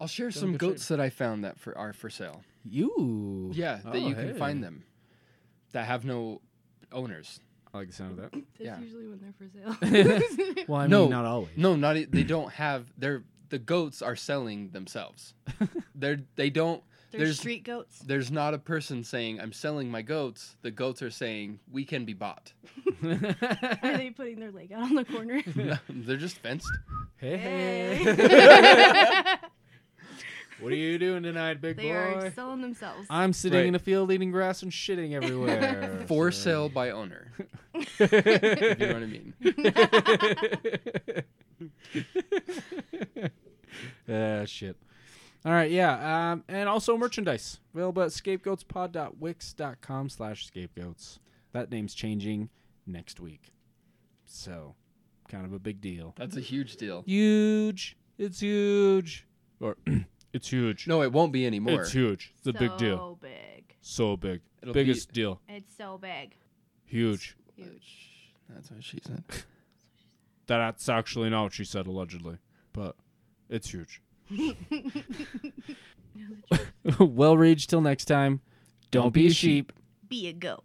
Speaker 7: I'll share
Speaker 5: Don't
Speaker 7: some
Speaker 5: get shady.
Speaker 7: goats that I found that for are for sale.
Speaker 5: You.
Speaker 7: Yeah, that
Speaker 5: Oh,
Speaker 7: you can
Speaker 5: hey.
Speaker 7: find them. That have no owners.
Speaker 5: I like the sound of that.
Speaker 6: That's
Speaker 7: Yeah.
Speaker 6: usually when they're for sale.
Speaker 5: Well, I mean,
Speaker 7: No.
Speaker 5: not always.
Speaker 7: No, not e- they don't have. They're the goats are selling themselves. they're they don't.
Speaker 6: There's,
Speaker 7: There's-
Speaker 6: street goats.
Speaker 7: There's not a person saying, I'm selling my goats. The goats are saying, we can be bought.
Speaker 6: Are they putting their leg out on the corner?
Speaker 7: No, They're just fenced.
Speaker 5: hey.
Speaker 6: Hey.
Speaker 5: what are you doing tonight, big
Speaker 6: they are selling themselves.
Speaker 5: I'm sitting
Speaker 7: Right.
Speaker 5: in a field eating grass and shitting everywhere.
Speaker 7: For
Speaker 5: so-
Speaker 7: sale by owner. If you know what I mean.
Speaker 5: Ah, shit. All right, yeah, um, and also merchandise available at scapegoatspod.wix.com slash scapegoats. That name's changing next week, so kind of a big deal.
Speaker 7: That's a huge deal.
Speaker 5: Huge, it's huge, or it's huge.
Speaker 7: No, it won't be anymore.
Speaker 5: it's huge. It's a
Speaker 6: so
Speaker 5: big deal.
Speaker 6: big.
Speaker 5: So big,
Speaker 7: It'll be-
Speaker 5: biggest deal,
Speaker 6: It's so big.
Speaker 5: huge.
Speaker 6: Huge.
Speaker 7: That's what she said.
Speaker 5: That's actually not what she said allegedly, but it's huge. well, Rage, till next time. Don't, be a sheep.
Speaker 6: Be a goat.